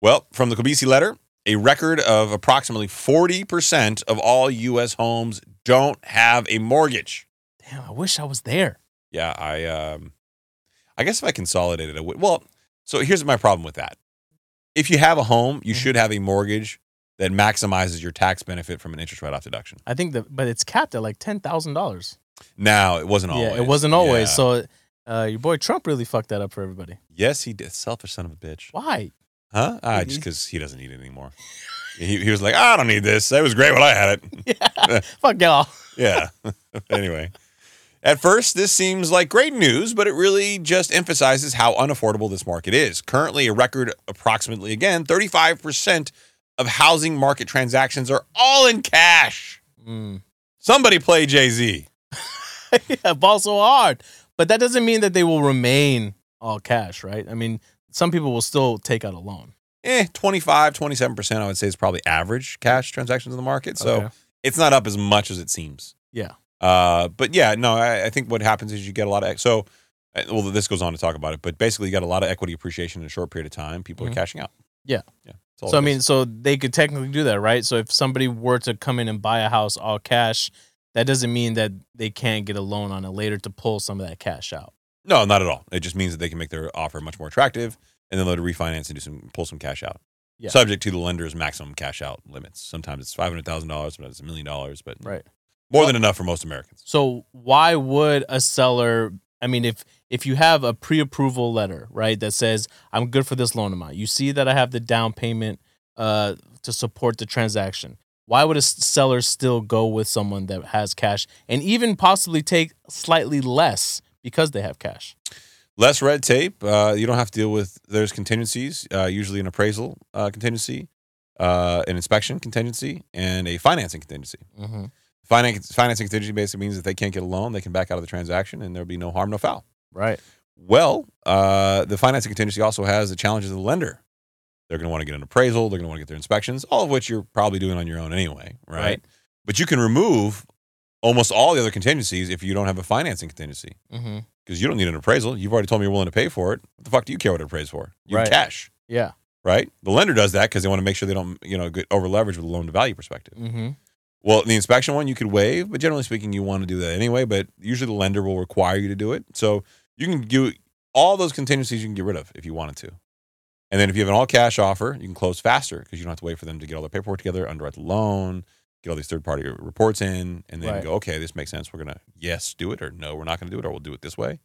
Well, from the Kobisi letter, a record of approximately forty percent of all U.S. homes don't have a mortgage. Damn, I wish I was there. Yeah, I, um, I guess if I consolidated, I would. Well, so here's my problem with that. If you have a home, you Mhm. should have a mortgage that maximizes your tax benefit from an interest write-off deduction. I think that, but it's capped at like ten thousand dollars. Now, it wasn't always. Yeah, it wasn't always. Yeah. So, uh, your boy Trump really fucked that up for everybody. Yes, he did. Selfish son of a bitch. Why? Huh? Ah, just Mm-hmm. because he doesn't need it anymore. he, he was like, I don't need this. It was great when I had it. Yeah, fuck y'all. Yeah. anyway. At first, this seems like great news, but it really just emphasizes how unaffordable this market is. Currently, a record approximately, again, 35% of housing market transactions are all in cash. Hmm. Mm. Somebody play Jay Z. yeah, ball so hard, but that doesn't mean that they will remain all cash, right? I mean, some people will still take out a loan. Eh, 25, 27%, I would say, is probably average cash transactions in the market. So Okay. it's not up as much as it seems. Yeah. Uh, but yeah, no, I, I think what happens is you get a lot of so. uh, Well, this goes on to talk about it, but basically, you got a lot of equity appreciation in a short period of time. People Mhm. are cashing out. Yeah. yeah. That's all so it I mean, is. so they could technically do that, right? So if somebody were to come in and buy a house all cash, that doesn't mean that they can't get a loan on it later to pull some of that cash out. no, not at all. It just means that they can make their offer much more attractive, and then they'll refinance and do some pull some cash out. Yeah. Subject to the lender's maximum cash out limits. Sometimes it's five hundred thousand dollars, sometimes it's a million dollars, but Right. more Well- than enough for most Americans. So why would a seller? I mean, if if you have a pre-approval letter, right, that says I'm good for this loan amount, you see that I have the down payment uh, to support the transaction. Why would a s- seller still go with someone that has cash and even possibly take slightly less because they have cash? Less red tape. Uh, you don't have to deal with there's contingencies, uh, usually an appraisal uh, contingency, uh, an inspection contingency, and a financing contingency. Mm-hmm. Finance, financing contingency basically means that they can't get a loan, they can back out of the transaction, and there'll be no harm, no foul. Right. Well, uh, the financing contingency also has the challenges of the lender. They're going to want to get an appraisal, they're going to want to get their inspections, all of which you're probably doing on your own anyway, right? But you can remove almost all the other contingencies if you don't have a financing contingency Mm-hmm. because you don't need an appraisal. You've already told me you're willing to pay for it. What the fuck do you care what it appraised for? You Right. cash, Yeah. right? The lender does that because they want to make sure they don't, you know, get over leverage with a loan to value perspective. Mm-hmm. Well, the inspection one you could waive, but generally speaking, you want to do that anyway. But usually the lender will require you to do it. So you can do all those contingencies you can get rid of if you wanted to. And then if you have an all cash offer, you can close faster because you don't have to wait for them to get all their paperwork together, underwrite the loan, get all these third party reports in, and then Right. go, okay, this makes sense. We're going to, yes, do it, or no, we're not going to do it, or we'll do it this way.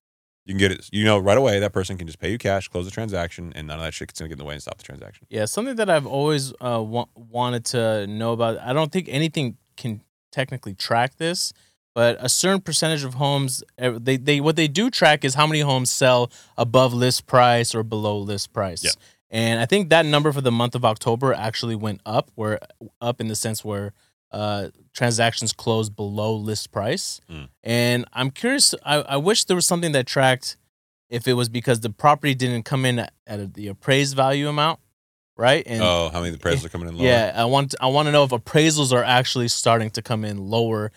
You can get it, you know, right away, that person can just pay you cash, close the transaction, and none of that shit's going to get in the way and stop the transaction. Yeah, something that I've always uh, wa- wanted to know about. I don't think anything can technically track this, but a certain percentage of homes, eh, they, they what they do track is how many homes sell above list price or below list price. Yeah. And I think that number for the month of October actually went up, where up in the sense where uh, transactions closed below list price. Mm. And I'm curious. I, I wish there was something that tracked if it was because the property didn't come in at, at the appraised value amount, right? And oh, how many appraisals are coming in lower? yeah, I want I want to know if appraisals are actually starting to come in lower,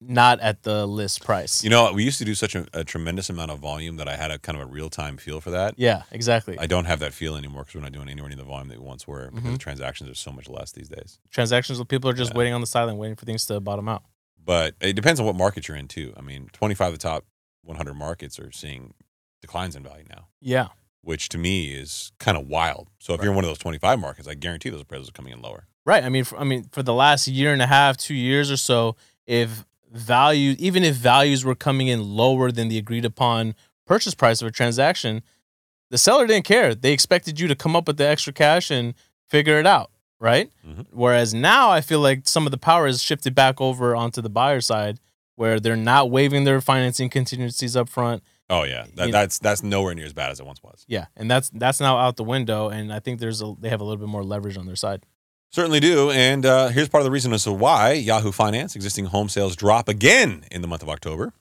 not at the list price. You know, we used to do such a, a tremendous amount of volume that I had a kind of a real time feel for that. yeah, exactly. I don't have that feel anymore because we're not doing anywhere near the volume that we once were because the transactions are so much less these days. Transactions with people are just Yeah. waiting on the sideline, waiting for things to bottom out. But it depends on what market you're in too. I mean, 25 of the top 100 markets are seeing declines in value now. Yeah, which to me is kind of wild. So if you're in one of those 25 markets, I guarantee those prices are coming in lower. Right. I mean, for, I mean, for the last year and a half, two years or so, if value, even if values were coming in lower than the agreed upon purchase price of a transaction, the seller didn't care. They expected you to come up with the extra cash and figure it out, right? Mhm. Whereas now, I feel like some of the power is shifted back over onto the buyer side, where they're not waiving their financing contingencies up front. Oh yeah, You know- that, that's that's nowhere near as bad as it once was. Yeah, and that's that's now out the window. And I think there's a, they have a little bit more leverage on their side. Certainly do. And uh, here's part of the reason as to why Yahoo Finance existing home sales drop again in the month of October.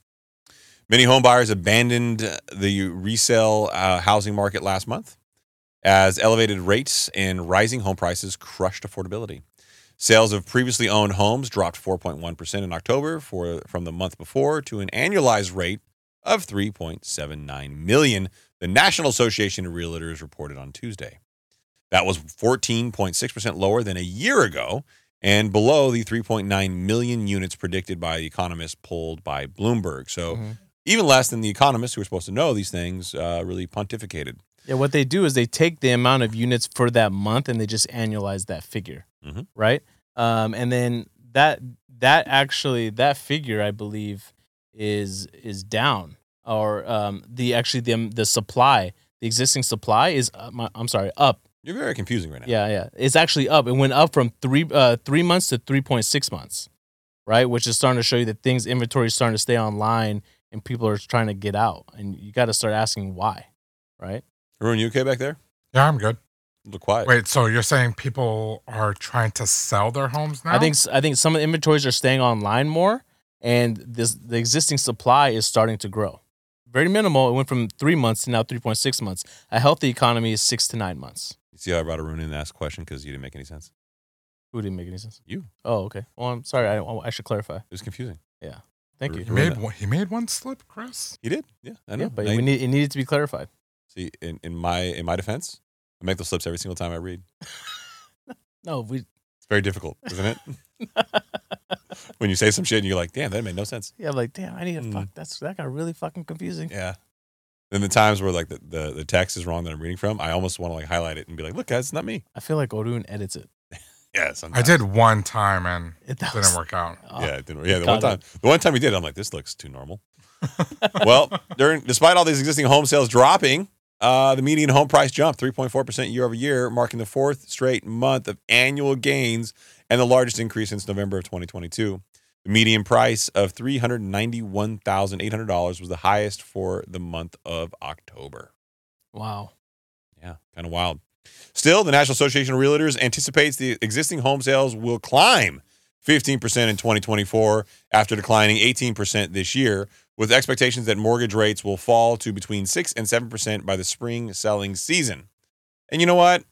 Many home buyers abandoned uh, the resale uh, housing market last month as elevated rates and rising home prices crushed affordability. Sales of previously owned homes dropped 4.1% in October for, from the month before to an annualized rate of 3.79 million, the National Association of Realtors reported on Tuesday. That was 14.6% lower than a year ago and below the 3.9 million units predicted by the economists polled by Bloomberg. So Mhm. even less than the economists who are supposed to know these things uh, really pontificated. Yeah, what they do is they take the amount of units for that month and they just annualize that figure, Mhm. right? Um, and then that that actually that figure I believe is is down, or um, the actually the the supply, the existing supply is uh, my, I'm sorry, up. You're very confusing right now. Yeah, yeah, it's actually up. It went up from three uh, three months to three point six months, right? Which is starting to show you that things inventory is starting to stay online and people are trying to get out, and you got to start asking why, right? Everyone, you okay back there? Yeah, I'm good. A little quiet. Wait, so you're saying people are trying to sell their homes now? I think I think some of the inventories are staying online more, and this the existing supply is starting to grow. Very minimal. It went from three months to now three point six months. A healthy economy is six to nine months. You see how I brought Arun in to ask a question because you didn't make any sense? Who didn't make any sense? You. Oh, okay. Well, I'm sorry. I, I should clarify. It was confusing. Thank he you. made one, he made one slip, Chris. He did? Yeah, I know. Yeah, but Now you- we need, it needed to be clarified. see, in, in, my, in my defense, I make those slips every single time I read. No, we. It's very difficult, isn't it? when you say some shit and you're like, damn, that made no sense. Yeah, like damn. I need to Mm. fuck. That's that got really fucking confusing. Yeah. Then the times where like the, the, the text is wrong that I'm reading from, I almost want to like highlight it and be like, look, guys, it's not me. I feel like Odun edits it. Yeah, I sometimes. did one time and It Oh, it didn't work out. Yeah, it didn't, yeah. The Got one time, the one time we did, I'm like, this looks too normal. well, during despite all these existing home sales dropping, uh, the median home price jumped 3.4 percent year over year, marking the fourth straight month of annual gains and the largest increase since November of 2022. The median price of three hundred ninety-one thousand eight hundred dollars was the highest for the month of October. Wow. Yeah, kind of wild. Still, the National Association of Realtors anticipates the existing home sales will climb 15% in 2024 after declining 18% this year, with expectations that mortgage rates will fall to between 6 and 7% by the spring selling season. And you know what?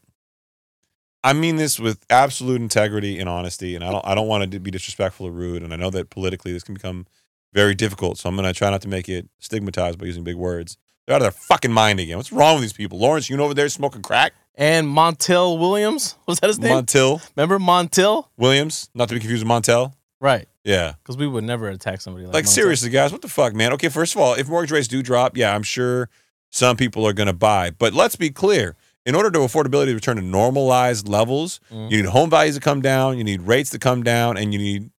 I mean this with absolute integrity and honesty, and I don't I don't want to be disrespectful or rude, and I know that politically this can become very difficult, so I'm going to try not to make it stigmatized by using big words. They're out of their fucking mind again. What's wrong with these people? Lawrence, you know over there smoking crack? And Montel Williams was that his name? Montel Remember Montel? Williams, not to be confused with Montel. Right. Yeah. Because we would never attack somebody like Like, Montel. seriously, guys, what the fuck, man? Okay, first of all, if mortgage rates do drop, yeah, I'm sure some people are going to buy. But let's be clear in order to affordability to return to normalized levels, Mhm. you need home values to come down, you need rates to come down, and you need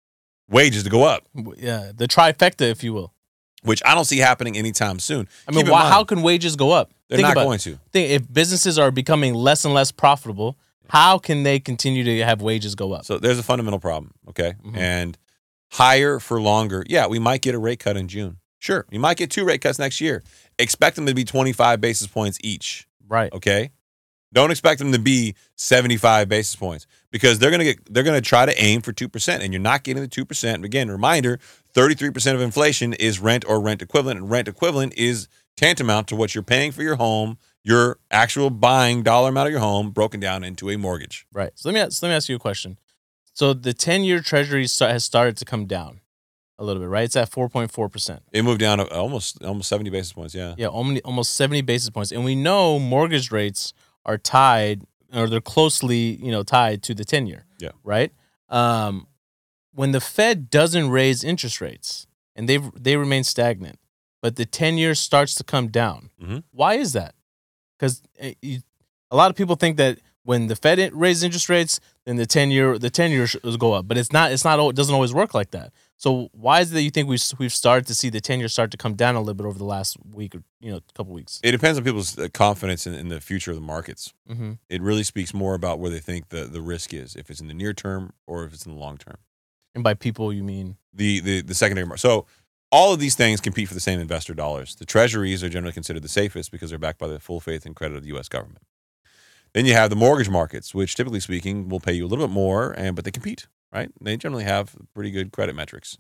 wages to go up, W- yeah, the trifecta, if you will. which I don't see happening anytime soon. I mean, Keep in why, mind, how can wages go up? they're think not about going to. it. think if businesses are becoming less and less profitable, how can they continue to have wages go up? So there's a fundamental problem, okay? Mhm. And higher for longer. Yeah, we might get a rate cut in June. Sure, we might get two rate cuts next year. Expect them to be 25 basis points each, right. okay? Don't expect them to be 75 basis points because they're going to get they're going to try to aim for 2% and you're not getting the 2%. Again, reminder, 33% of inflation is rent or rent equivalent and rent equivalent is tantamount to what you're paying for your home, your actual buying dollar amount of your home broken down into a mortgage. Right. So let me ask, let me ask you a question. So the ten-year Treasury sta- has started to come down a little bit, right? It's at four point four percent. It moved down to almost almost 70 basis points, yeah. Yeah, almo- almost seventy basis points, and we know mortgage rates are tied or they're closely, you know, tied to the ten-year. Yeah. Right. Um, when the Fed doesn't raise interest rates and they they remain stagnant, but the ten-year starts to come down, Mhm. why is that? because a lot of people think that when the Fed in- raises interest rates, then the ten year the ten year should go up. But it's not. It's not. al- It doesn't always work like that. So why is it that you think we've we've started to see the ten year start to come down a little bit over the last week or you know couple weeks? It depends on people's uh, confidence in, in the future of the markets. Mm-hmm. It really speaks more about where they think the, the risk is, if it's in the near term or if it's in the long term. And by people you mean the the, the secondary market. So all of these things compete for the same investor dollars. The treasuries are generally considered the safest because they're backed by the full faith and credit of the U.S. government. Then you have the mortgage markets, which typically speaking will pay you a little bit more, and but they compete, right? They generally have pretty good credit metrics.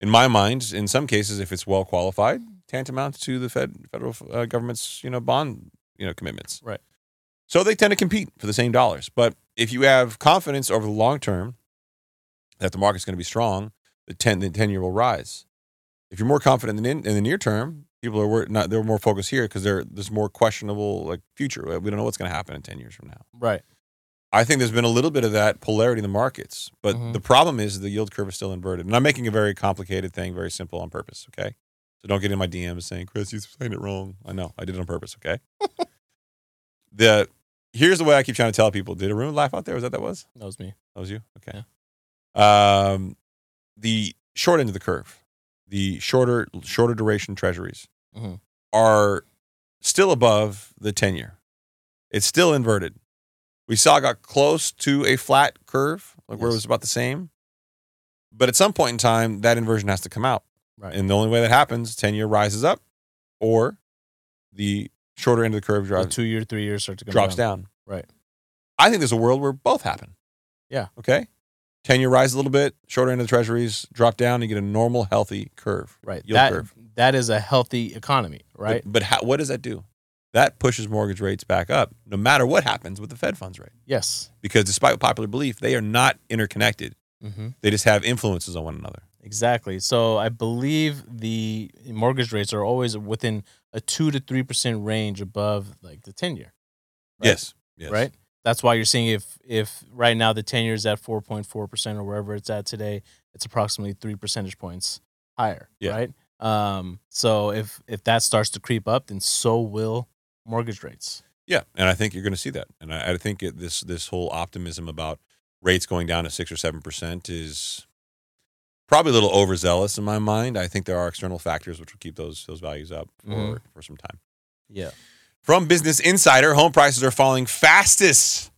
In my mind, in some cases, if it's well qualified, tantamount to the Fed federal uh, government's you know bond you know commitments. Right. So they tend to compete for the same dollars. But if you have confidence over the long term that the market's going to be strong, the 10 the 10 year will rise if you're more confident in, in the near term people are wor- not they're more focused here because there's more questionable like future we don't know what's going to happen in 10 years from now right. i think there's been a little bit of that polarity in the markets but Mhm. the problem is the yield curve is still inverted and i'm making a very complicated thing very simple on purpose okay so don't get in my dms saying chris you're saying it wrong i know i did it on purpose okay the here's the way i keep trying to tell people did a room laugh out there was that that was That was me. that was you? Okay. Um, the short end of the curve, the shorter shorter duration treasuries Mhm. are still above the 10 year. It's still inverted. We saw it got close to a flat curve, like where it Yes. was about the same. But at some point in time, that inversion has to come out. Right. And the only way that happens, 10 year rises up or the shorter end of the curve The drives, two year, three years start to come drops down. Right. I think there's a world where both happen. Yeah. Okay. Ten year rise a little bit, shorter end of the treasuries drop down, you get a normal, healthy curve. Right. Yield that curve. that is a healthy economy, But- right? But, how, what does that do? That pushes mortgage rates back up, no matter what happens with the Fed funds rate. yes. Because despite popular belief, they are not interconnected. Mm-hmm. They just have influences on one another. Exactly. So I believe the mortgage rates are always within a two to three percent range above like the ten year, Right. Yes. Yes. right? That's why you're seeing if if right now the ten year is at four point four percent or wherever it's at today, it's approximately three percentage points higher, Yeah. right? Um, so if if that starts to creep up, then so will mortgage rates. Yeah, and I think you're going to see that, and I, I think it, this this whole optimism about rates going down to six or seven percent is probably a little overzealous in my mind. I think there are external factors which will keep those those values up for Mhm. for some time. Yeah. From Business Insider, home prices are falling fastest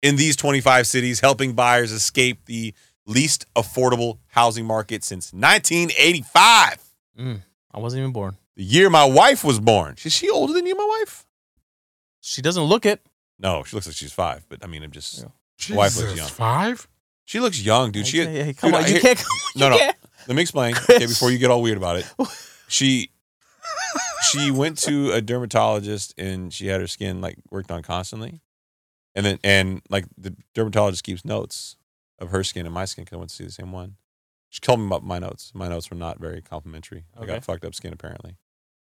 in these 25 cities, helping buyers escape the least affordable housing market since 1985, I wasn't even born. the year my wife was born. Is she older than you, my wife? She doesn't look it. No, she looks like she's five, but I mean, I'm just. Yeah. Wife was Jesus, young. five? She looks young, dude. She Hey, hey, come dude, on, I you hear- can't. no, you no. can't. Let me explain. Chris. Okay, before you get all weird about it, she she went to a dermatologist and she had her skin like worked on constantly, and then and like the dermatologist keeps notes of her skin and my skin because I went to see the same one. She told me about my notes. My notes were not very complimentary. I Okay. got fucked up skin apparently.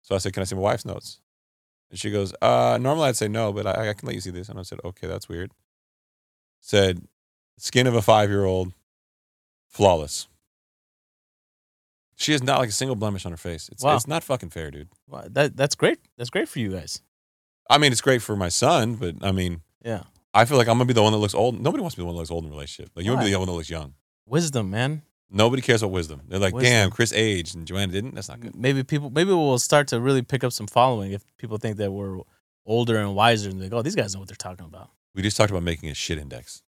So I said, "Can I see my wife's notes?" And she goes, "Uh, normally I'd say no, but I, I can let you see this." And I said, "Okay, that's weird." Said, "Skin of a five-year-old, flawless." She has not like a single blemish on her face. It's, Wow. it's not fucking fair, dude. Well, that that's great. That's great for you guys. I mean, it's great for my son, but I mean, Yeah. I feel like I'm gonna be the one that looks old. Nobody wants to be the one that looks old in a relationship. Like you want to be Why? the one that looks young. Wisdom, man. Nobody cares about wisdom. They're like, Wisdom. damn, Chris aged and Joanna didn't. That's not good. Maybe people maybe we'll start to really pick up some following if people think that we're older and wiser and they go, oh, these guys know what they're talking about. We just talked about making a shit index.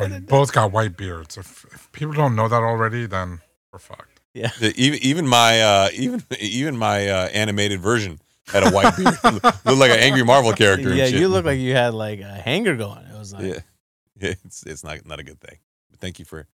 Well, you both got white beards. If, if people don't know that already, then we're fucked. The- even even my uh, even even my uh, animated version had a white beard. looked like an angry Marvel character. and Yeah, shit. you look like you had like a hanger going. It was like yeah, yeah. It's it's not not a good thing. But thank you for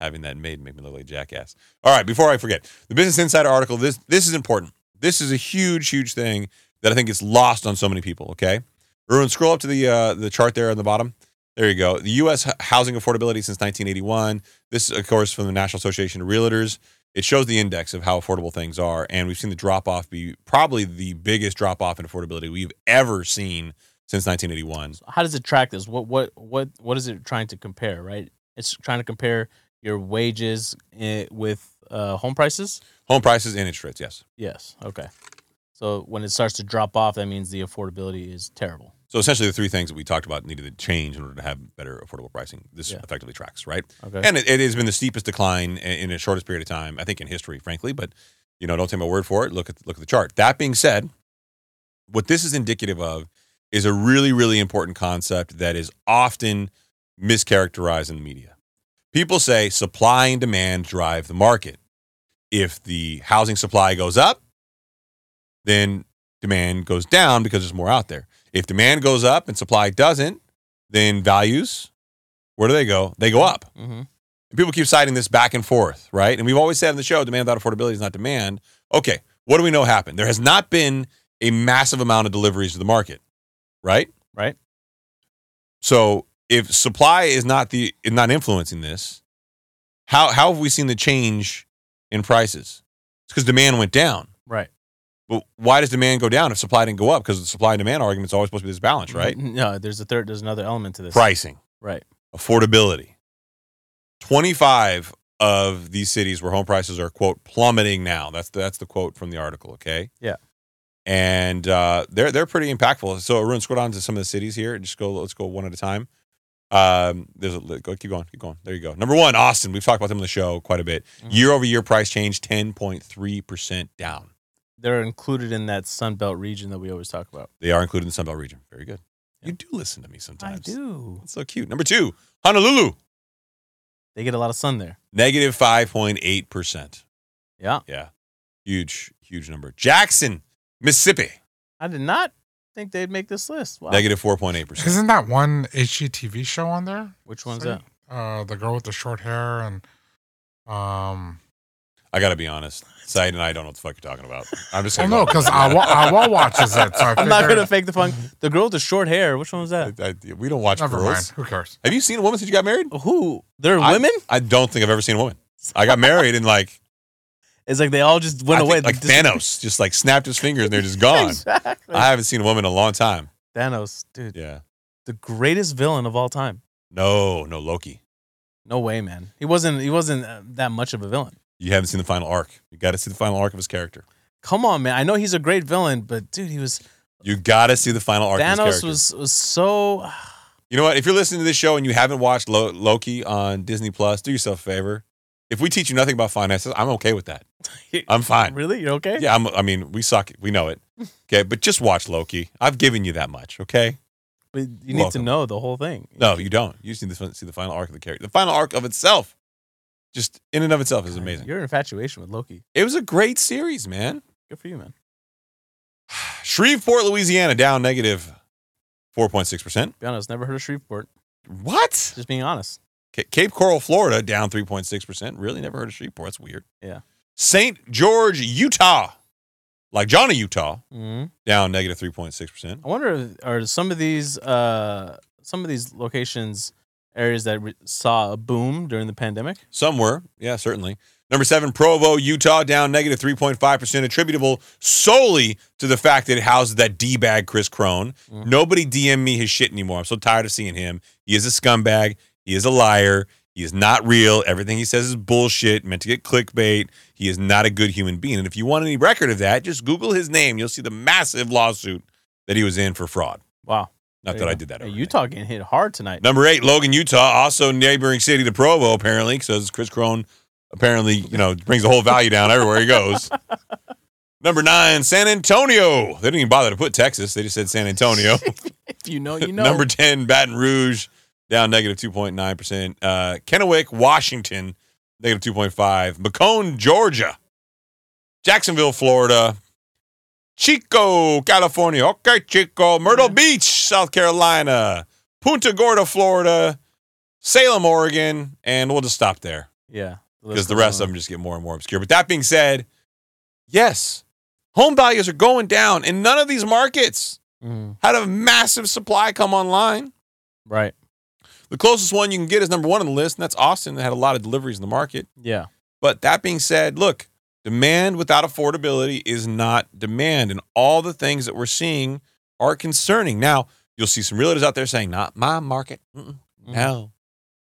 having that made make me look like a jackass. All right, before I forget, the Business Insider article. This this is important. This is a huge huge thing that I think gets lost on so many people. Okay, Ruin, scroll up to the uh, the chart there on the bottom. There you go. The U.S. h- housing affordability since 1981. This, is, of course, from the National Association of Realtors. It shows the index of how affordable things are, and we've seen the drop off be probably the biggest drop off in affordability we've ever seen since 1981. how does it track this? What what what what is it trying to compare, right? It's trying to compare your wages eh, with uh, home prices? Home prices and interest rates, yes. Yes. Okay. So when it starts to drop off, that means the affordability is terrible. So essentially, the three things that we talked about needed to change in order to have better affordable pricing. This Yeah. effectively tracks, right? Okay. And it, it has been the steepest decline i- in the shortest period of time, I think, in history, frankly. But you know, don't take my word for it. Look at look at the chart. That being said, what this is indicative of is a really, really important concept that is often mischaracterized in the media. People say supply and demand drive the market. If the housing supply goes up, then demand goes down because there's more out there. If demand goes up and supply doesn't, then values, where do they go? They go up. hmm And people keep citing this back and forth, right? And we've always said on the show, demand without affordability is not demand. Okay, what do we know happened? There has not been a massive amount of deliveries to the market, right? Right. So if supply is not the is not influencing this, how how have we seen the change in prices? It's because demand went down. Right. But why does demand go down if supply didn't go up? Because the supply and demand argument is always supposed to be this balance, right? No, there's a third. There's another element to this. Pricing. Right. affordability. 25 of these cities where home prices are quote plummeting now. That's that's the quote from the article, okay? Yeah. And uh, they're they're pretty impactful. So Arun, scroll down to some of the cities here. Just go let's go one at a time. Um, there's a go keep going, keep going. There you go. Number 1, Austin. We've talked about them on the show quite a bit. Mhm. Year over year price change 10.3% down. They're included in that Sunbelt region that we always talk about. They are included in the Sunbelt region. Very good. Yeah. You do listen to me sometimes. do. That's so cute. Number 2, Honolulu. They get a lot of sun there. Negative 5.8%. Yeah. Yeah. Huge, huge number. Jackson, Mississippi, I did not think they'd make this list. Wow. negative 4.8%. Isn't that one HGTV show on there? Which one's Sorry? that? Uh, the girl with the short hair and um. I got to be honest. Said and I don't know what the fuck you're talking about. I'm just Well, going no, because Awa, Awa watches it. So I I'm not figured- gonna fake the funk. The girl with the short hair. Which one was that? we don't watch Never girls. mind. Who cares? Have you seen a woman since you got married? Who? They're I- women. I don't think I've ever seen a woman. I got married and like, It's like they all just I went think away. like Dis- Thanos just like snapped his fingers and they're just gone. Exactly. I haven't seen a woman in a long time. Thanos, dude, Yeah. the greatest villain of all time. No, no, Loki. No way, man. He wasn't. He wasn't uh, that much of a villain. You haven't seen the final arc. You got to see the final arc of his character. Come on, man. I know he's a great villain, but dude, he was You got to see the final arc of his Thanos character. was was so. You know what? If you're listening to this show and you haven't watched Lo- Loki on Disney Plus, do yourself a favor. If we teach you nothing about finances, I'm okay with that. I'm fine. Really, you're okay? Yeah, I'm, I mean, we suck. We know it. Okay, but just watch Loki. I've given you that much. Okay? But you need Welcome. to know the whole thing. No, you don't. You just need to see the final arc of the character. The final arc of itself, just in and of itself, is amazing. Your infatuation with Loki. It was a great series, man. Good for you, man. Shreveport, Louisiana, down negative four point six percent. Be honest. Never heard of Shreveport. What? Just being honest. Ca- Cape Coral, Florida, down 3.6%. Really never heard of Shreveport. That's weird. Yeah. St. George, Utah, like Johnny, Utah, hmm down negative 3.6%. I wonder if, are some of these uh some of these locations areas that re- saw a boom during the pandemic? Somewhere. Yeah, certainly. Number seven, Provo, Utah, down negative 3.5%, attributable solely to the fact that it houses that D bag, Chris Crone. Mhm. Nobody DM me his shit anymore. I'm so tired of seeing him. He is a scumbag. He is a liar. He is not real. Everything he says is bullshit, meant to get clickbait. He is not a good human being. And if you want any record of that, just Google his name. You'll see the massive lawsuit that he was in for fraud. Wow. Not There that you I go. did that. Hey, over there. Utah getting hit hard tonight. Number eight, Logan, Utah, also neighboring city to Provo, apparently, because Chris Crone apparently, you know, brings the whole value down everywhere he goes. Number nine, San Antonio. They didn't even bother to put Texas. They just said San Antonio. If you know, you know. Number 10, Baton Rouge, down negative 2.9%. Uh, Kennewick, Washington, negative 2.5. Macomb, Georgia. Jacksonville, Florida. Chico, California. Okay, Chico. Myrtle Yeah. Beach, South Carolina. Punta Gorda, Florida. Salem, Oregon. And we'll just stop there yeah. because the rest of them just get more and more obscure. But that being said, yes, home values are going down in none of these markets Mhm. had a massive supply come online. Right. The closest one you can get is number one on the list, and that's Austin that had a lot of deliveries in the market. Yeah. But that being said, look, demand without affordability is not demand, and all the things that we're seeing are concerning. Now, you'll see some realtors out there saying, not my market. Mm-mm, No.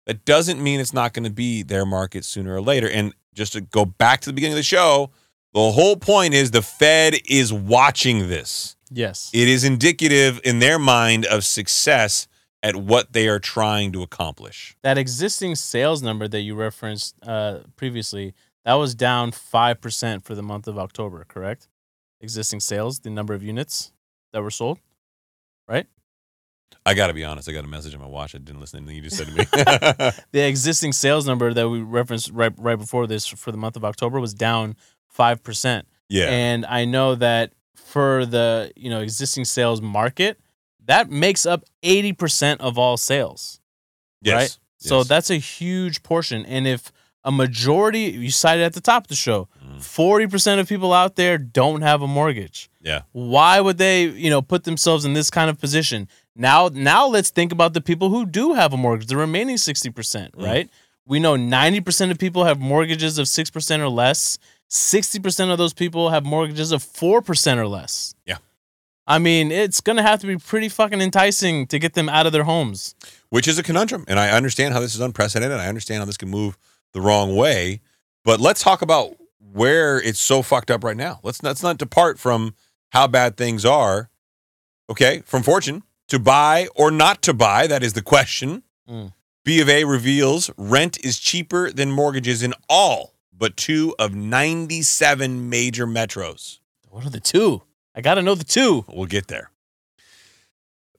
That doesn't mean it's not going to be their market sooner or later. And just to go back to the beginning of the show, The whole point is the Fed is watching this. Yes. It is indicative in their mind of success at what they are trying to accomplish. that existing sales number that you referenced uh, previously, that was down 5% for the month of October, correct? Existing sales, the number of units that were sold. I got to be honest. I got a message on my watch. I didn't listen to anything you just said to me. The existing sales number that we referenced right, right before this for the month of October was down 5%. yeah. And I know that for the, you know, existing sales market, that makes up 80% of all sales. Yes. right? So Yes. that's a huge portion. And if a majority, you cited at the top of the show, Mm. 40% of people out there don't have a mortgage. Yeah. Why would they, you know, put themselves in this kind of position? Now, now let's think about the people who do have a mortgage, the remaining 60%, Mm. right? We know 90% of people have mortgages of 6% or less. 60% of those people have mortgages of 4% or less. Yeah. I mean, it's going to have to be pretty fucking enticing to get them out of their homes. which is a conundrum. And I understand how this is unprecedented. I understand how this can move the wrong way. But let's talk about where it's so fucked up right now. Let's not, let's not depart from how bad things are. Okay, from fortune to buy or not to buy. That is the question. Mm. B of A reveals rent is cheaper than mortgages in all but two of 97 major metros. What are the two? I gotta know the two. We'll get there.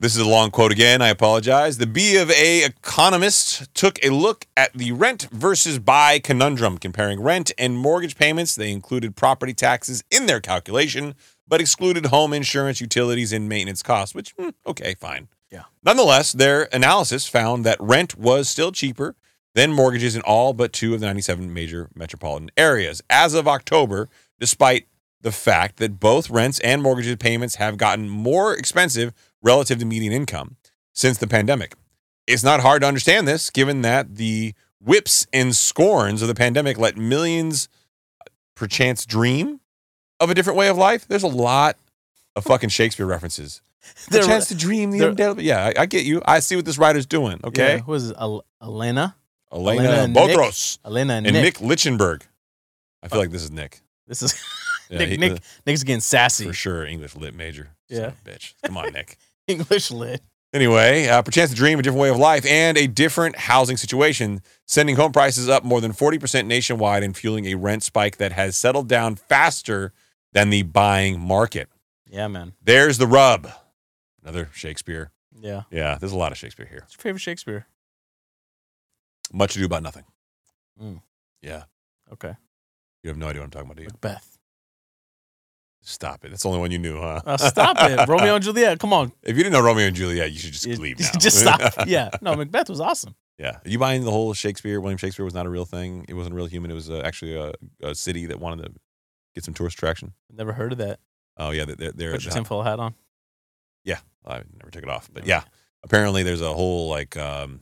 This is a long quote again. I apologize. The B of A economist took a look at the rent versus buy conundrum, comparing rent and mortgage payments. They included property taxes in their calculation, but excluded home insurance, utilities, and maintenance costs, which, hmm, okay, fine. Yeah. Nonetheless, their analysis found that rent was still cheaper than mortgages in all but two of the 97 major metropolitan areas as of October, despite the fact that both rents and mortgages payments have gotten more expensive relative to median income since the pandemic. It's not hard to understand this, given that the whips and scorns of the pandemic let millions perchance dream of a different way of life. There's a lot of fucking Shakespeare references. The There- chance to dream, the there- indelible. Yeah, I, I get you. I see what this writer's doing. Okay, Yeah, who is it? Al- Elena? Elena, Elena and Nick. Botros Elena and, and Nick. Nick. Lichtenberg. I feel like this is Nick. This is Yeah, Nick, he- Nick. Nick's getting sassy. for sure English lit major. Son Yeah. of a bitch. Come on, Nick. English lit. Anyway, uh, perchance to dream a different way of life and a different housing situation, sending home prices up more than 40% nationwide and fueling a rent spike that has settled down faster than the buying market. Yeah, man. There's the rub. Another Shakespeare. Yeah. Yeah, there's a lot of Shakespeare here. What's your favorite Shakespeare? Much ado about nothing. Mm. Yeah, Okay. you have no idea what I'm talking about, do you? Macbeth. Stop it. That's the only one you knew, huh? Uh, stop it. Romeo and Juliet. Come on. If you didn't know Romeo and Juliet, you should just You- leave you now. Just stop. Yeah. No, Macbeth was awesome. Yeah. Are you buying the whole Shakespeare? William Shakespeare was not a real thing. It wasn't a real human. It was uh, actually a, a city that wanted to get some tourist attraction. Never heard of that. Oh yeah, they're, they're, Put your tinfoil hat on. I never took it off, but Okay. yeah. Apparently, there's a whole like um,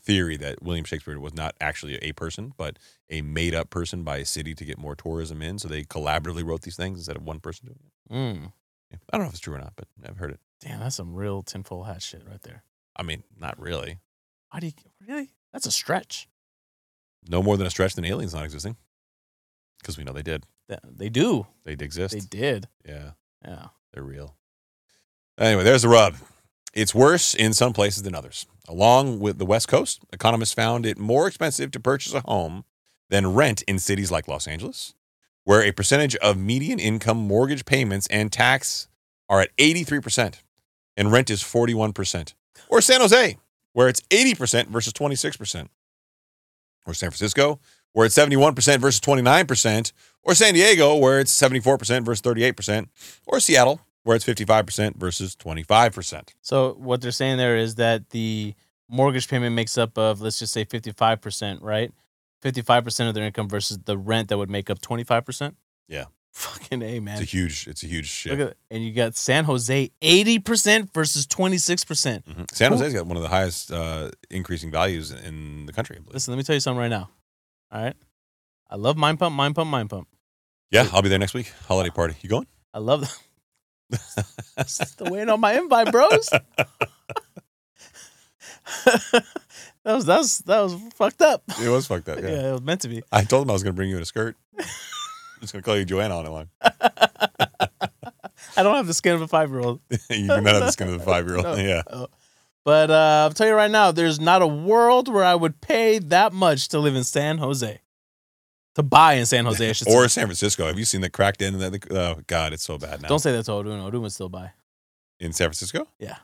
theory that William Shakespeare was not actually a person, but a made up person by a city to get more tourism in. So they collaboratively wrote these things instead of one person doing it. Mm. Yeah. I don't know if it's true or not, but I've heard it. Damn, that's some real tinfoil hat shit right there. I mean, not really. Why do you really? That's a stretch. No more than a stretch than aliens not existing, because we know they did. That- They do. They did exist. They did. Yeah. Yeah. They're real. Anyway, there's the rub. It's worse in some places than others. Along with the West Coast, economists found it more expensive to purchase a home than rent in cities like Los Angeles, where a percentage of median income mortgage payments and tax are at 83%, and rent is 41%. Or San Jose, where it's 80% versus 26%. Or San Francisco, where it's 71% versus 29%. Or San Diego, where it's 74% versus 38% or Seattle, where it's 55% versus 25%. So what they're saying there is that the mortgage payment makes up of let's just say 55%, right? 55% of their income versus the rent that would make up 25%? Yeah. Fucking A, man. It's a huge, it's a huge shift. Look at and you got San Jose 80% versus 26%. Mhm. San Jose's got one of the highest uh, increasing values in the country, I believe. Listen, let me tell you something right now. All right? I love Mind Pump, Mind Pump, Mind Pump. Yeah, I'll be there next week. Holiday party. You going? I love still waiting on my invite, bros. that was that was that was fucked up. It was fucked up. Yeah, it was meant to be. I told him I was going to bring you in a skirt. just gonna call you Joanna on it one. I don't have the skin of a five year old. you do not have the skin of the five year old. No. Yeah. But uh, I'll tell you right now, there's not a world where I would pay that much to live in San Jose. To buy in San Jose, I should Or say. San Francisco. Have you seen the cracked end of that? Oh God, it's so bad now. Don't say that to Odun. Odun would still buy. in San Francisco? Yeah.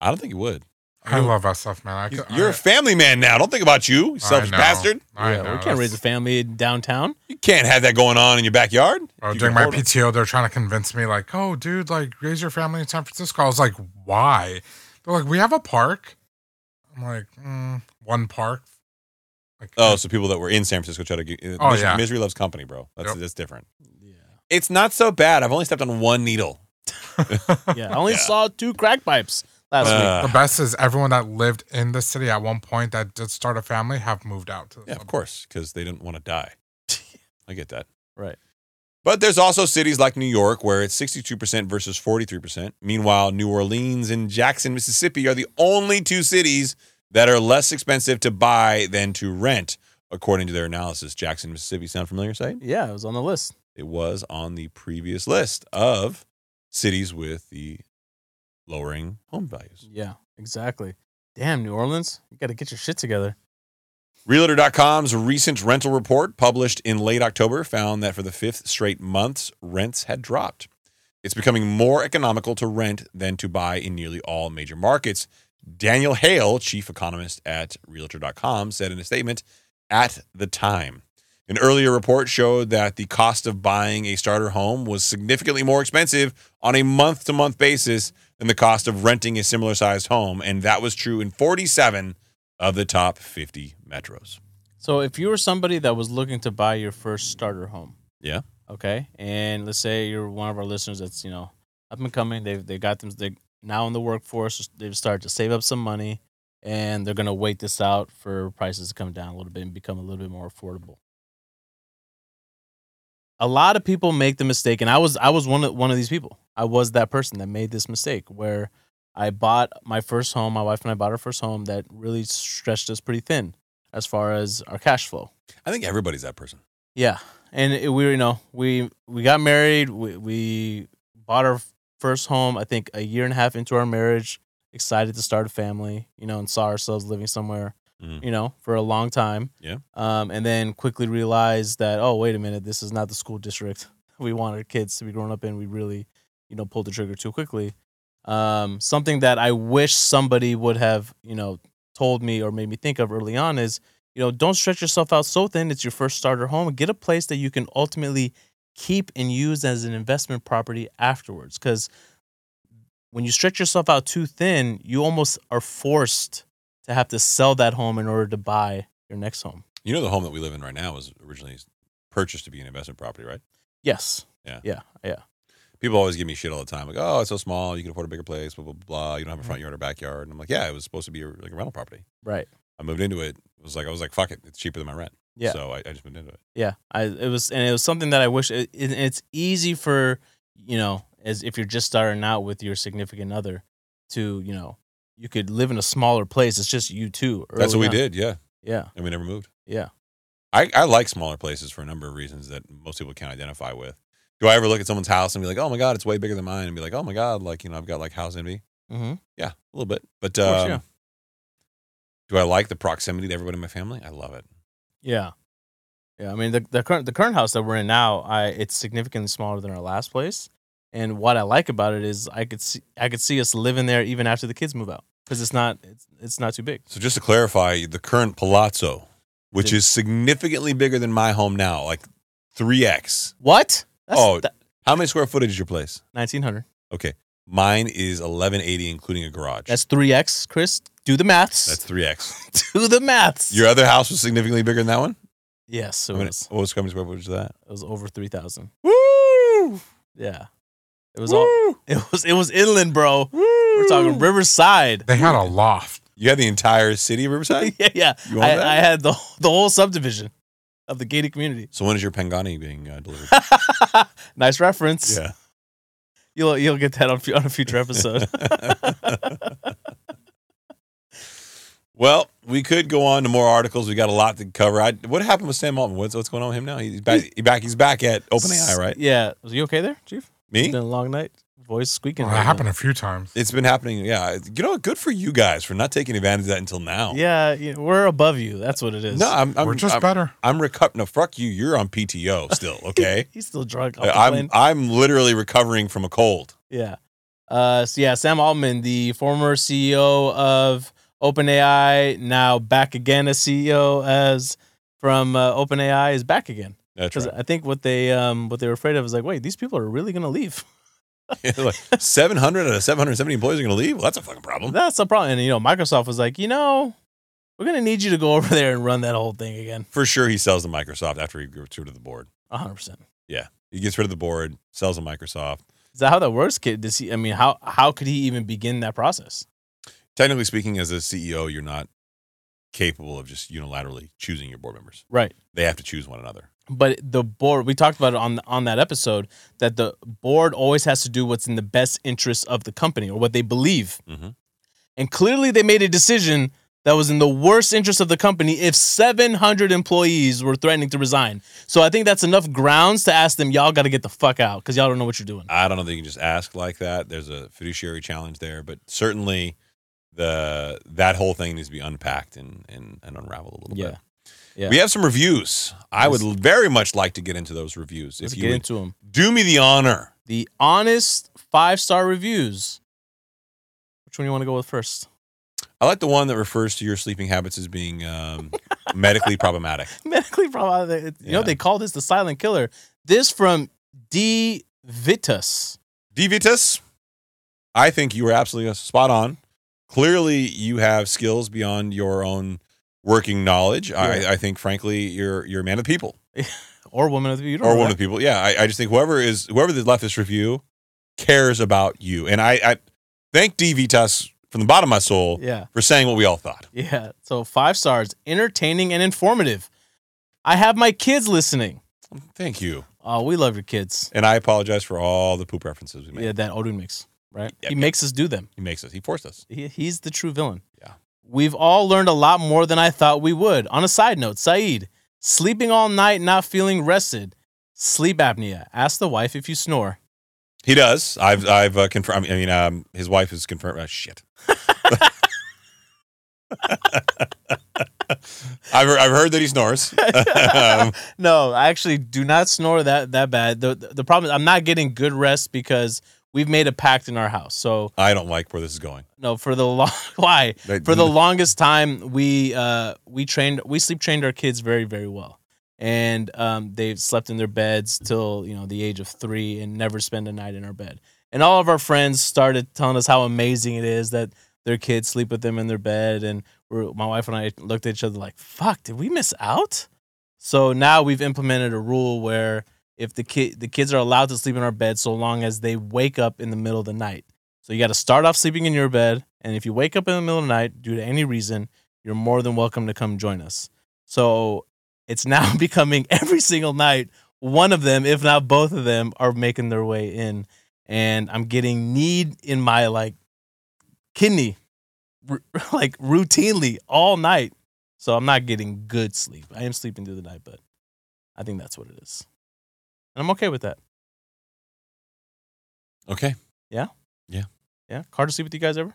I don't think you would. I love SF, man. I You- could, You're a I, family man now. Don't think about you, you selfish know. bastard. I yeah, know. we can't raise a that's- family downtown. You can't have that going on in your backyard. Well, You during can my hold it. PTO, they're trying to convince me, like, oh, dude, like, raise your family in San Francisco. I was like, why? They're like, we have a park. I'm like, mm, one park. Like, Oh, so people that were in San Francisco try to get. uh, Oh, misery, yeah. misery loves company, bro. That's Yep. that's different. Yeah. It's not so bad. I've only stepped on one needle. Yeah. I only Yeah. saw two crack pipes last week. Uh, the best is everyone that lived in the city at one point that did start a family have moved out. To the yeah, of suburbs. course, because they didn't want to die. I get that. Right. But there's also cities like New York where it's 62% versus 43%. Meanwhile, New Orleans and Jackson, Mississippi are the only two cities that are less expensive to buy than to rent, according to their analysis. Jackson, Mississippi, sound familiar, say? Yeah, it was on the list. It was on the previous list of cities with the lowering home values. Yeah, exactly. Damn, New Orleans, you got to get your shit together. Realtor.com's recent rental report published in late October found that for the fifth straight months, rents had dropped. It's becoming more economical to rent than to buy in nearly all major markets. Daniel Hale, chief economist at Realtor.com, said in a statement at the time. An earlier report showed that the cost of buying a starter home was significantly more expensive on a month to month basis than the cost of renting a similar sized home. And that was true in 47 of the top 50 metros. So, if you were somebody that was looking to buy your first starter home, Yeah. okay, and let's say you're one of our listeners that's you know up and coming, they've they got them, they now in the workforce, they've started to save up some money, and they're gonna wait this out for prices to come down a little bit and become a little bit more affordable. A lot of people make the mistake, and I was I was one of one of these people. I was that person that made this mistake where I bought my first home. My wife and I bought our first home that really stretched us pretty thin as far as our cash flow. I think everybody's that person. Yeah, and it, we you know we we got married. We we bought our first home. I think a year and a half into our marriage, excited to start a family. You know, and saw ourselves living somewhere. Mhm. You know, for a long time. Yeah. Um, and then quickly realized that oh wait a minute, this is not the school district we want our kids to be grown up in. We really, you know, pulled the trigger too quickly. Um, something that I wish somebody would have you know told me or made me think of early on is you know, don't stretch yourself out so thin. It's your first starter home. Get a place that you can ultimately keep and use as an investment property afterwards. Because when you stretch yourself out too thin, you almost are forced to have to sell that home in order to buy your next home. You know, the home that we live in right now was originally purchased to be an investment property, right? Yes. Yeah. Yeah. Yeah. People always give me shit all the time, like, "Oh, it's so small. You can afford a bigger place. Blah blah blah. You don't have a front yard or backyard." And I'm like, "Yeah, it was supposed to be a, like a rental property. Right. I moved into it. It was like I was like, fuck it. It's cheaper than my rent. Yeah. So I, I just moved into it. Yeah, I it was and it was something that I wish it, it, it's easy for you know as if you're just starting out with your significant other to you know you could live in a smaller place. It's just you two. That's what early we on. did. Yeah. Yeah, And we never moved. yeah. I, I like smaller places for a number of reasons that most people can't identify with. Do I ever look at someone's house and be like, "Oh my god, it's way bigger than mine," and be like, "Oh my god, like you know, I've got like house envy." Mm-hmm. Yeah, a little bit. But Of course, um, yeah. do I like the proximity to everybody in my family? I love it. Yeah, yeah. I mean the the current the current house that we're in now, I it's significantly smaller than our last place. And what I like about it is I could see I could see us living there even after the kids move out because it's not it's, it's not too big. So just to clarify, the current palazzo, which Yeah. is significantly bigger than my home now, like three x. What? That's Oh. How many square footage is your place? nineteen hundred. Okay, mine is eleven eighty, including a garage. That's three x. Chris, do the maths. that's three x. do the maths. Your other house was significantly bigger than that one. yes, it How many- was. What was how many square footage of that? It was over three thousand. Woo! Yeah, it was all. It was it was inland, bro. We're talking Riverside. They had a loft. You had the entire city of Riverside. yeah, yeah. You want that? I, I had the the whole subdivision of the gated community. so when is your Pangani being uh, delivered? nice reference. You'll you'll get that on, fu- on a future episode. well, we could go on to more articles. We got a lot to cover. I, what happened with Sam Altman? What's what's going on with him now? He's back. He's back. He's back at OpenAI, right? Yeah. Was you okay there, Chief? It's Me? been a long night. Voice squeaking. Well, right that now. happened a few times. It's been happening. Yeah. You know, what? good for you guys for not taking advantage of that until now. Yeah, you know, we're above you. That's what it is. No, I'm. I'm We're just I'm, better. I'm recu- No, fuck you. You're on PTO still. Okay. Uh, He's still drunk. off the I'm. plane. I'm literally recovering from a cold. Yeah. Uh, so yeah, Sam Altman, the former CEO of OpenAI, now back again as CEO as from uh, OpenAI is back again. That's Because right. I think what they um what they were afraid of is like, wait, these people are really gonna leave. Seven hundred out of seven hundred seventy employees are going to leave. Well, that's a fucking problem. That's the problem. And you know, Microsoft was like, you know, we're gonna need you to go over there and run that whole thing again. For sure, he sells to Microsoft after he gets rid of the board. hundred percent. He gets rid of the board, sells to Microsoft. Is that how that works, kid? Does he I mean how how could he even begin that process? technically speaking, as a CEO, you're not capable of just unilaterally choosing your board members. Right. They have to choose one another. but the board we talked about it on on that episode that the board always has to do what's in the best interest of the company or what they believe Mhm. and clearly they made a decision that was in the worst interest of the company if 700 employees were threatening to resign so i think that's enough grounds to ask them y'all got to get the fuck out because y'all don't know what you're doing I don't know that you can just ask like that. There's a fiduciary challenge there, but certainly the that whole thing needs to be unpacked and and, and unraveled a little Yeah. bit. Yeah. We have some reviews. I would Let's- very much like to get into those reviews. let's if get you would into them do me the honor. the honest five star reviews which one you want to go with first I like the one that refers to your sleeping habits as being um, medically problematic. medically problematic. You know, Yeah. they call this the silent killer. This from D. Vitus. Devitus, I think you were absolutely spot on. Clearly, you have skills beyond your own working knowledge. Yeah. I, I think, frankly, you're you're a man of the people Or woman of the you don't or know one that. of the people. Yeah, I, I just think whoever is whoever that left this review cares about you, and I, I thank Devitus from the bottom of my soul Yeah. for saying what we all thought. Yeah. So five stars, entertaining and informative. I have my kids listening. Thank you, Oh, we love your kids. and I apologize for all the poop references we made. Yeah, that Odin makes, right? Yeah, he yeah. makes us do them. He makes us. He forced us. He, he's the true villain. Yeah. We've all learned a lot more than I thought we would. On a side note, Saeed, sleeping all night, not feeling rested, sleep apnea. Ask the wife if you snore. He does. I've I've uh, confirmed. I mean, um, his wife is confirmed. Uh, shit. I've heard, I've heard that he snores. um, no, I actually do not snore that that bad. The the problem is I'm not getting good rest because we've made a pact in our house. So I don't like where this is going. no, for the long why They- for the longest time we uh we trained we sleep trained our kids very very well, and um they slept in their beds till you know the age of three and never spend a night in our bed. And all of our friends started telling us how amazing it is that their kids sleep with them in their bed. And we're, my wife and I looked at each other like, "Fuck, did we miss out?" So now we've implemented a rule where if the kid the kids are allowed to sleep in our bed so long as they wake up in the middle of the night. So you got to start off sleeping in your bed, and if you wake up in the middle of the night due to any reason, you're more than welcome to come join us. So it's now becoming every single night one of them, if not both of them, are making their way in, and I'm getting need in my like kidney, r- like routinely all night. So I'm not getting good sleep. I am sleeping through the night, but I think that's what it is, and I'm okay with that. okay. Yeah, Carter sleep with you guys ever?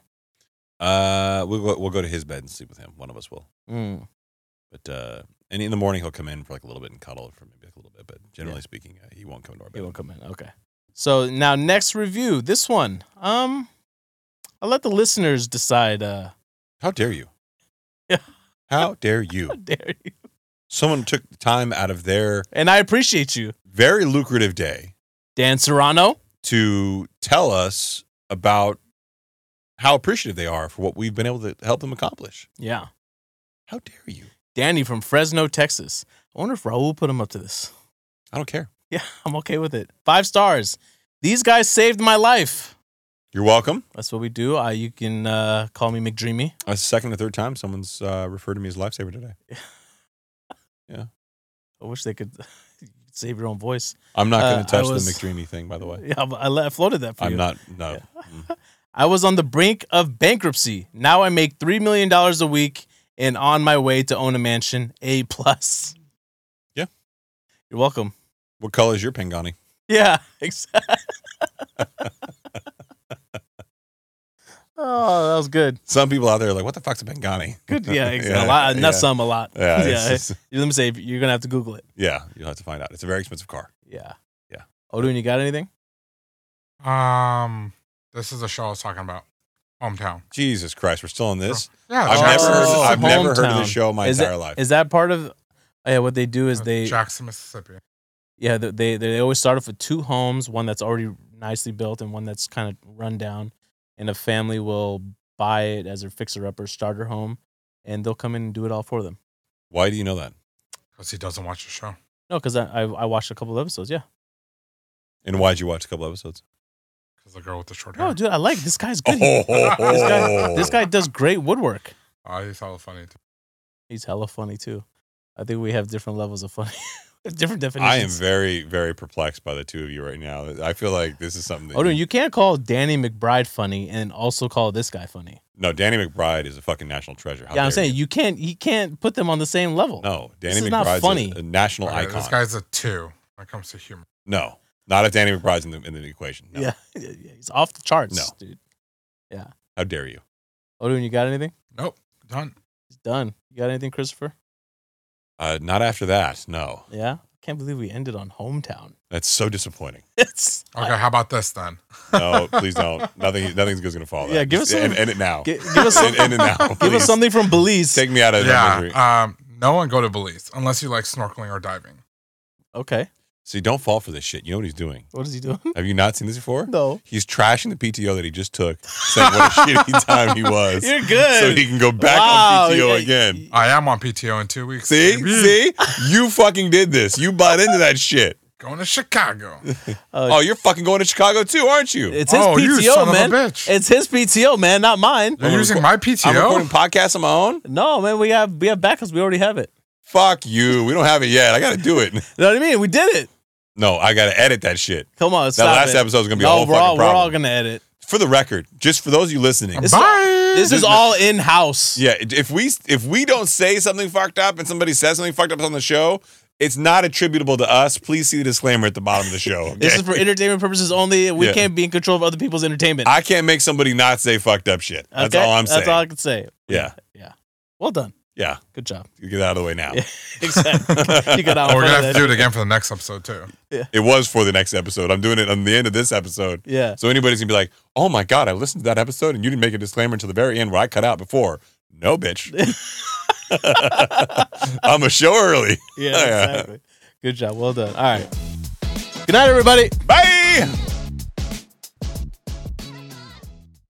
Uh, we'll go, we'll go to his bed and sleep with him. One of us will. Mm. But uh, and in the morning he'll come in for like a little bit and cuddle for maybe like a little bit. But generally Yeah. speaking, uh, he won't come to our It bed. will come in. Okay. So now next review, this one. Um, I'll let the listeners decide. Uh, How dare you? Yeah. How dare you? how dare you? Someone took the time out of their And I appreciate you, very lucrative day Dan Serrano. to tell us about how appreciative they are for what we've been able to help them accomplish. Yeah, How dare you? Danny from Fresno, Texas. I wonder if Raul put him up to this. I don't care. Yeah, I'm okay with it. Five stars. These guys saved my life. You're welcome. That's what we do. Uh, you can uh, call me McDreamy. That's the second or third time someone's uh, referred to me as lifesaver today. I wish they could save your own voice. I'm not Uh, going I to touch was- the McDreamy thing, by the way. Yeah, I, I floated that for you. I'm not. No. Mm. I was on the brink of bankruptcy. Now I make $3 million a week and on my way to own a mansion. A plus. Yeah. You're welcome. What color is your Pangani? Yeah, exactly. oh, that was good. Some people out there are like, what the fuck's a Pangani? Good. Yeah, exactly. a lot, yeah. not some, a lot. Yeah, yeah. it's just- Let me say, you're gonna have to Google it. yeah, you'll have to find out. It's a very expensive car. Yeah. Yeah. Odin, you got anything? Um, this is the show I was talking about. Hometown. Jesus Christ, we're still on this. Yeah, I've Oh, never heard. it's I've never heard of hometown. this show in my Is it- entire life. Is that part of? oh, yeah. What they do is uh, they Jackson, Mississippi. yeah they they, they always start off with two homes, one that's already nicely built and one that's kind of run down, and a family will buy it as their fixer upper starter home, and they'll come in and do it all for them. Why do you know that? Because he doesn't watch the show. No, because I, I I watched a couple of episodes. Yeah. And why'd you watch a couple episodes? Because the girl with the short hair. No, dude, I like this guy's Oh, good. This guy this guy does great woodwork. I thought it was Oh, funny. Too. He's hella funny too. I think we have different levels of funny, different definitions. I am very, very perplexed by the two of you right now. I feel like this is something that. Oh, no, you can't call Danny McBride funny and also call this guy funny. no, Danny McBride is a fucking national treasure. How yeah, I'm dare saying you. you can't. You can't put them on the same level. No, Danny This is not McBride's funny. A, a national Okay, icon. this guy's a two when it comes to humor. no, not if Danny McBride's in the, in the equation. No. Yeah, yeah, yeah, he's off the charts, No. dude. How dare you? Odin, you got anything? Nope, done. He's done. You got anything, Christopher? Uh, not after that. No, Yeah. Can't believe we ended on hometown. that's so disappointing. It's Okay, how about this then? No, please don't. Nothing. Nothing's going to follow. That. Yeah, give Just us some- end, end it now. gi- give us some, end, end it now. give us please. something from Belize. Take me out of that misery. yeah, um, no one go to Belize unless you like snorkeling or diving. okay, See, don't fall for this shit. You know what he's doing. what is he doing? Have you not seen this before? no, He's trashing the PTO that he just took, saying what a shitty time he was, you're good. so he can go back Wow, on PTO yeah, again. y- I am on PTO in two weeks. See, baby. see, you fucking did this. You bought into that shit. going to Chicago. Oh, you're fucking going to Chicago too, aren't you? It's his oh, you son PTO, of man. a bitch! It's his PTO, man, not mine. You're I'm using reco- my I'm recording PTO. podcasts on my own. No, man, we have we have backups. We already have it. Fuck you. We don't have it yet. I gotta do it. You know what I mean? We did it. No, I gotta edit that shit. Come on, That stop last it. episode is gonna be a no, whole we're fucking all, we're problem. all gonna edit. For the record, just for those of you listening, It's- Bye. This is There's no- all in house. Yeah, if we if we don't say something fucked up and somebody says something fucked up on the show, it's not attributable to us. Please see the disclaimer at the bottom of the show. okay? This is for entertainment purposes only. We Yeah. can't be in control of other people's entertainment. I can't make somebody not say fucked up shit. That's Okay? all I'm saying. That's all I can say. Yeah. yeah. Well done. Yeah, Good job. get out of the way now. Yeah. Exactly. you got out in Oh, front we're gonna of have to that. do it again for the next episode too. It was for the next episode. I'm doing it on the end of this episode. Yeah. So anybody's gonna be like, "Oh my god, I listened to that episode and you didn't make a disclaimer until the very end where I cut out before." No, bitch. I'm a show early. Yeah. Exactly. Good job. Well done. All right. Good night, everybody. Bye.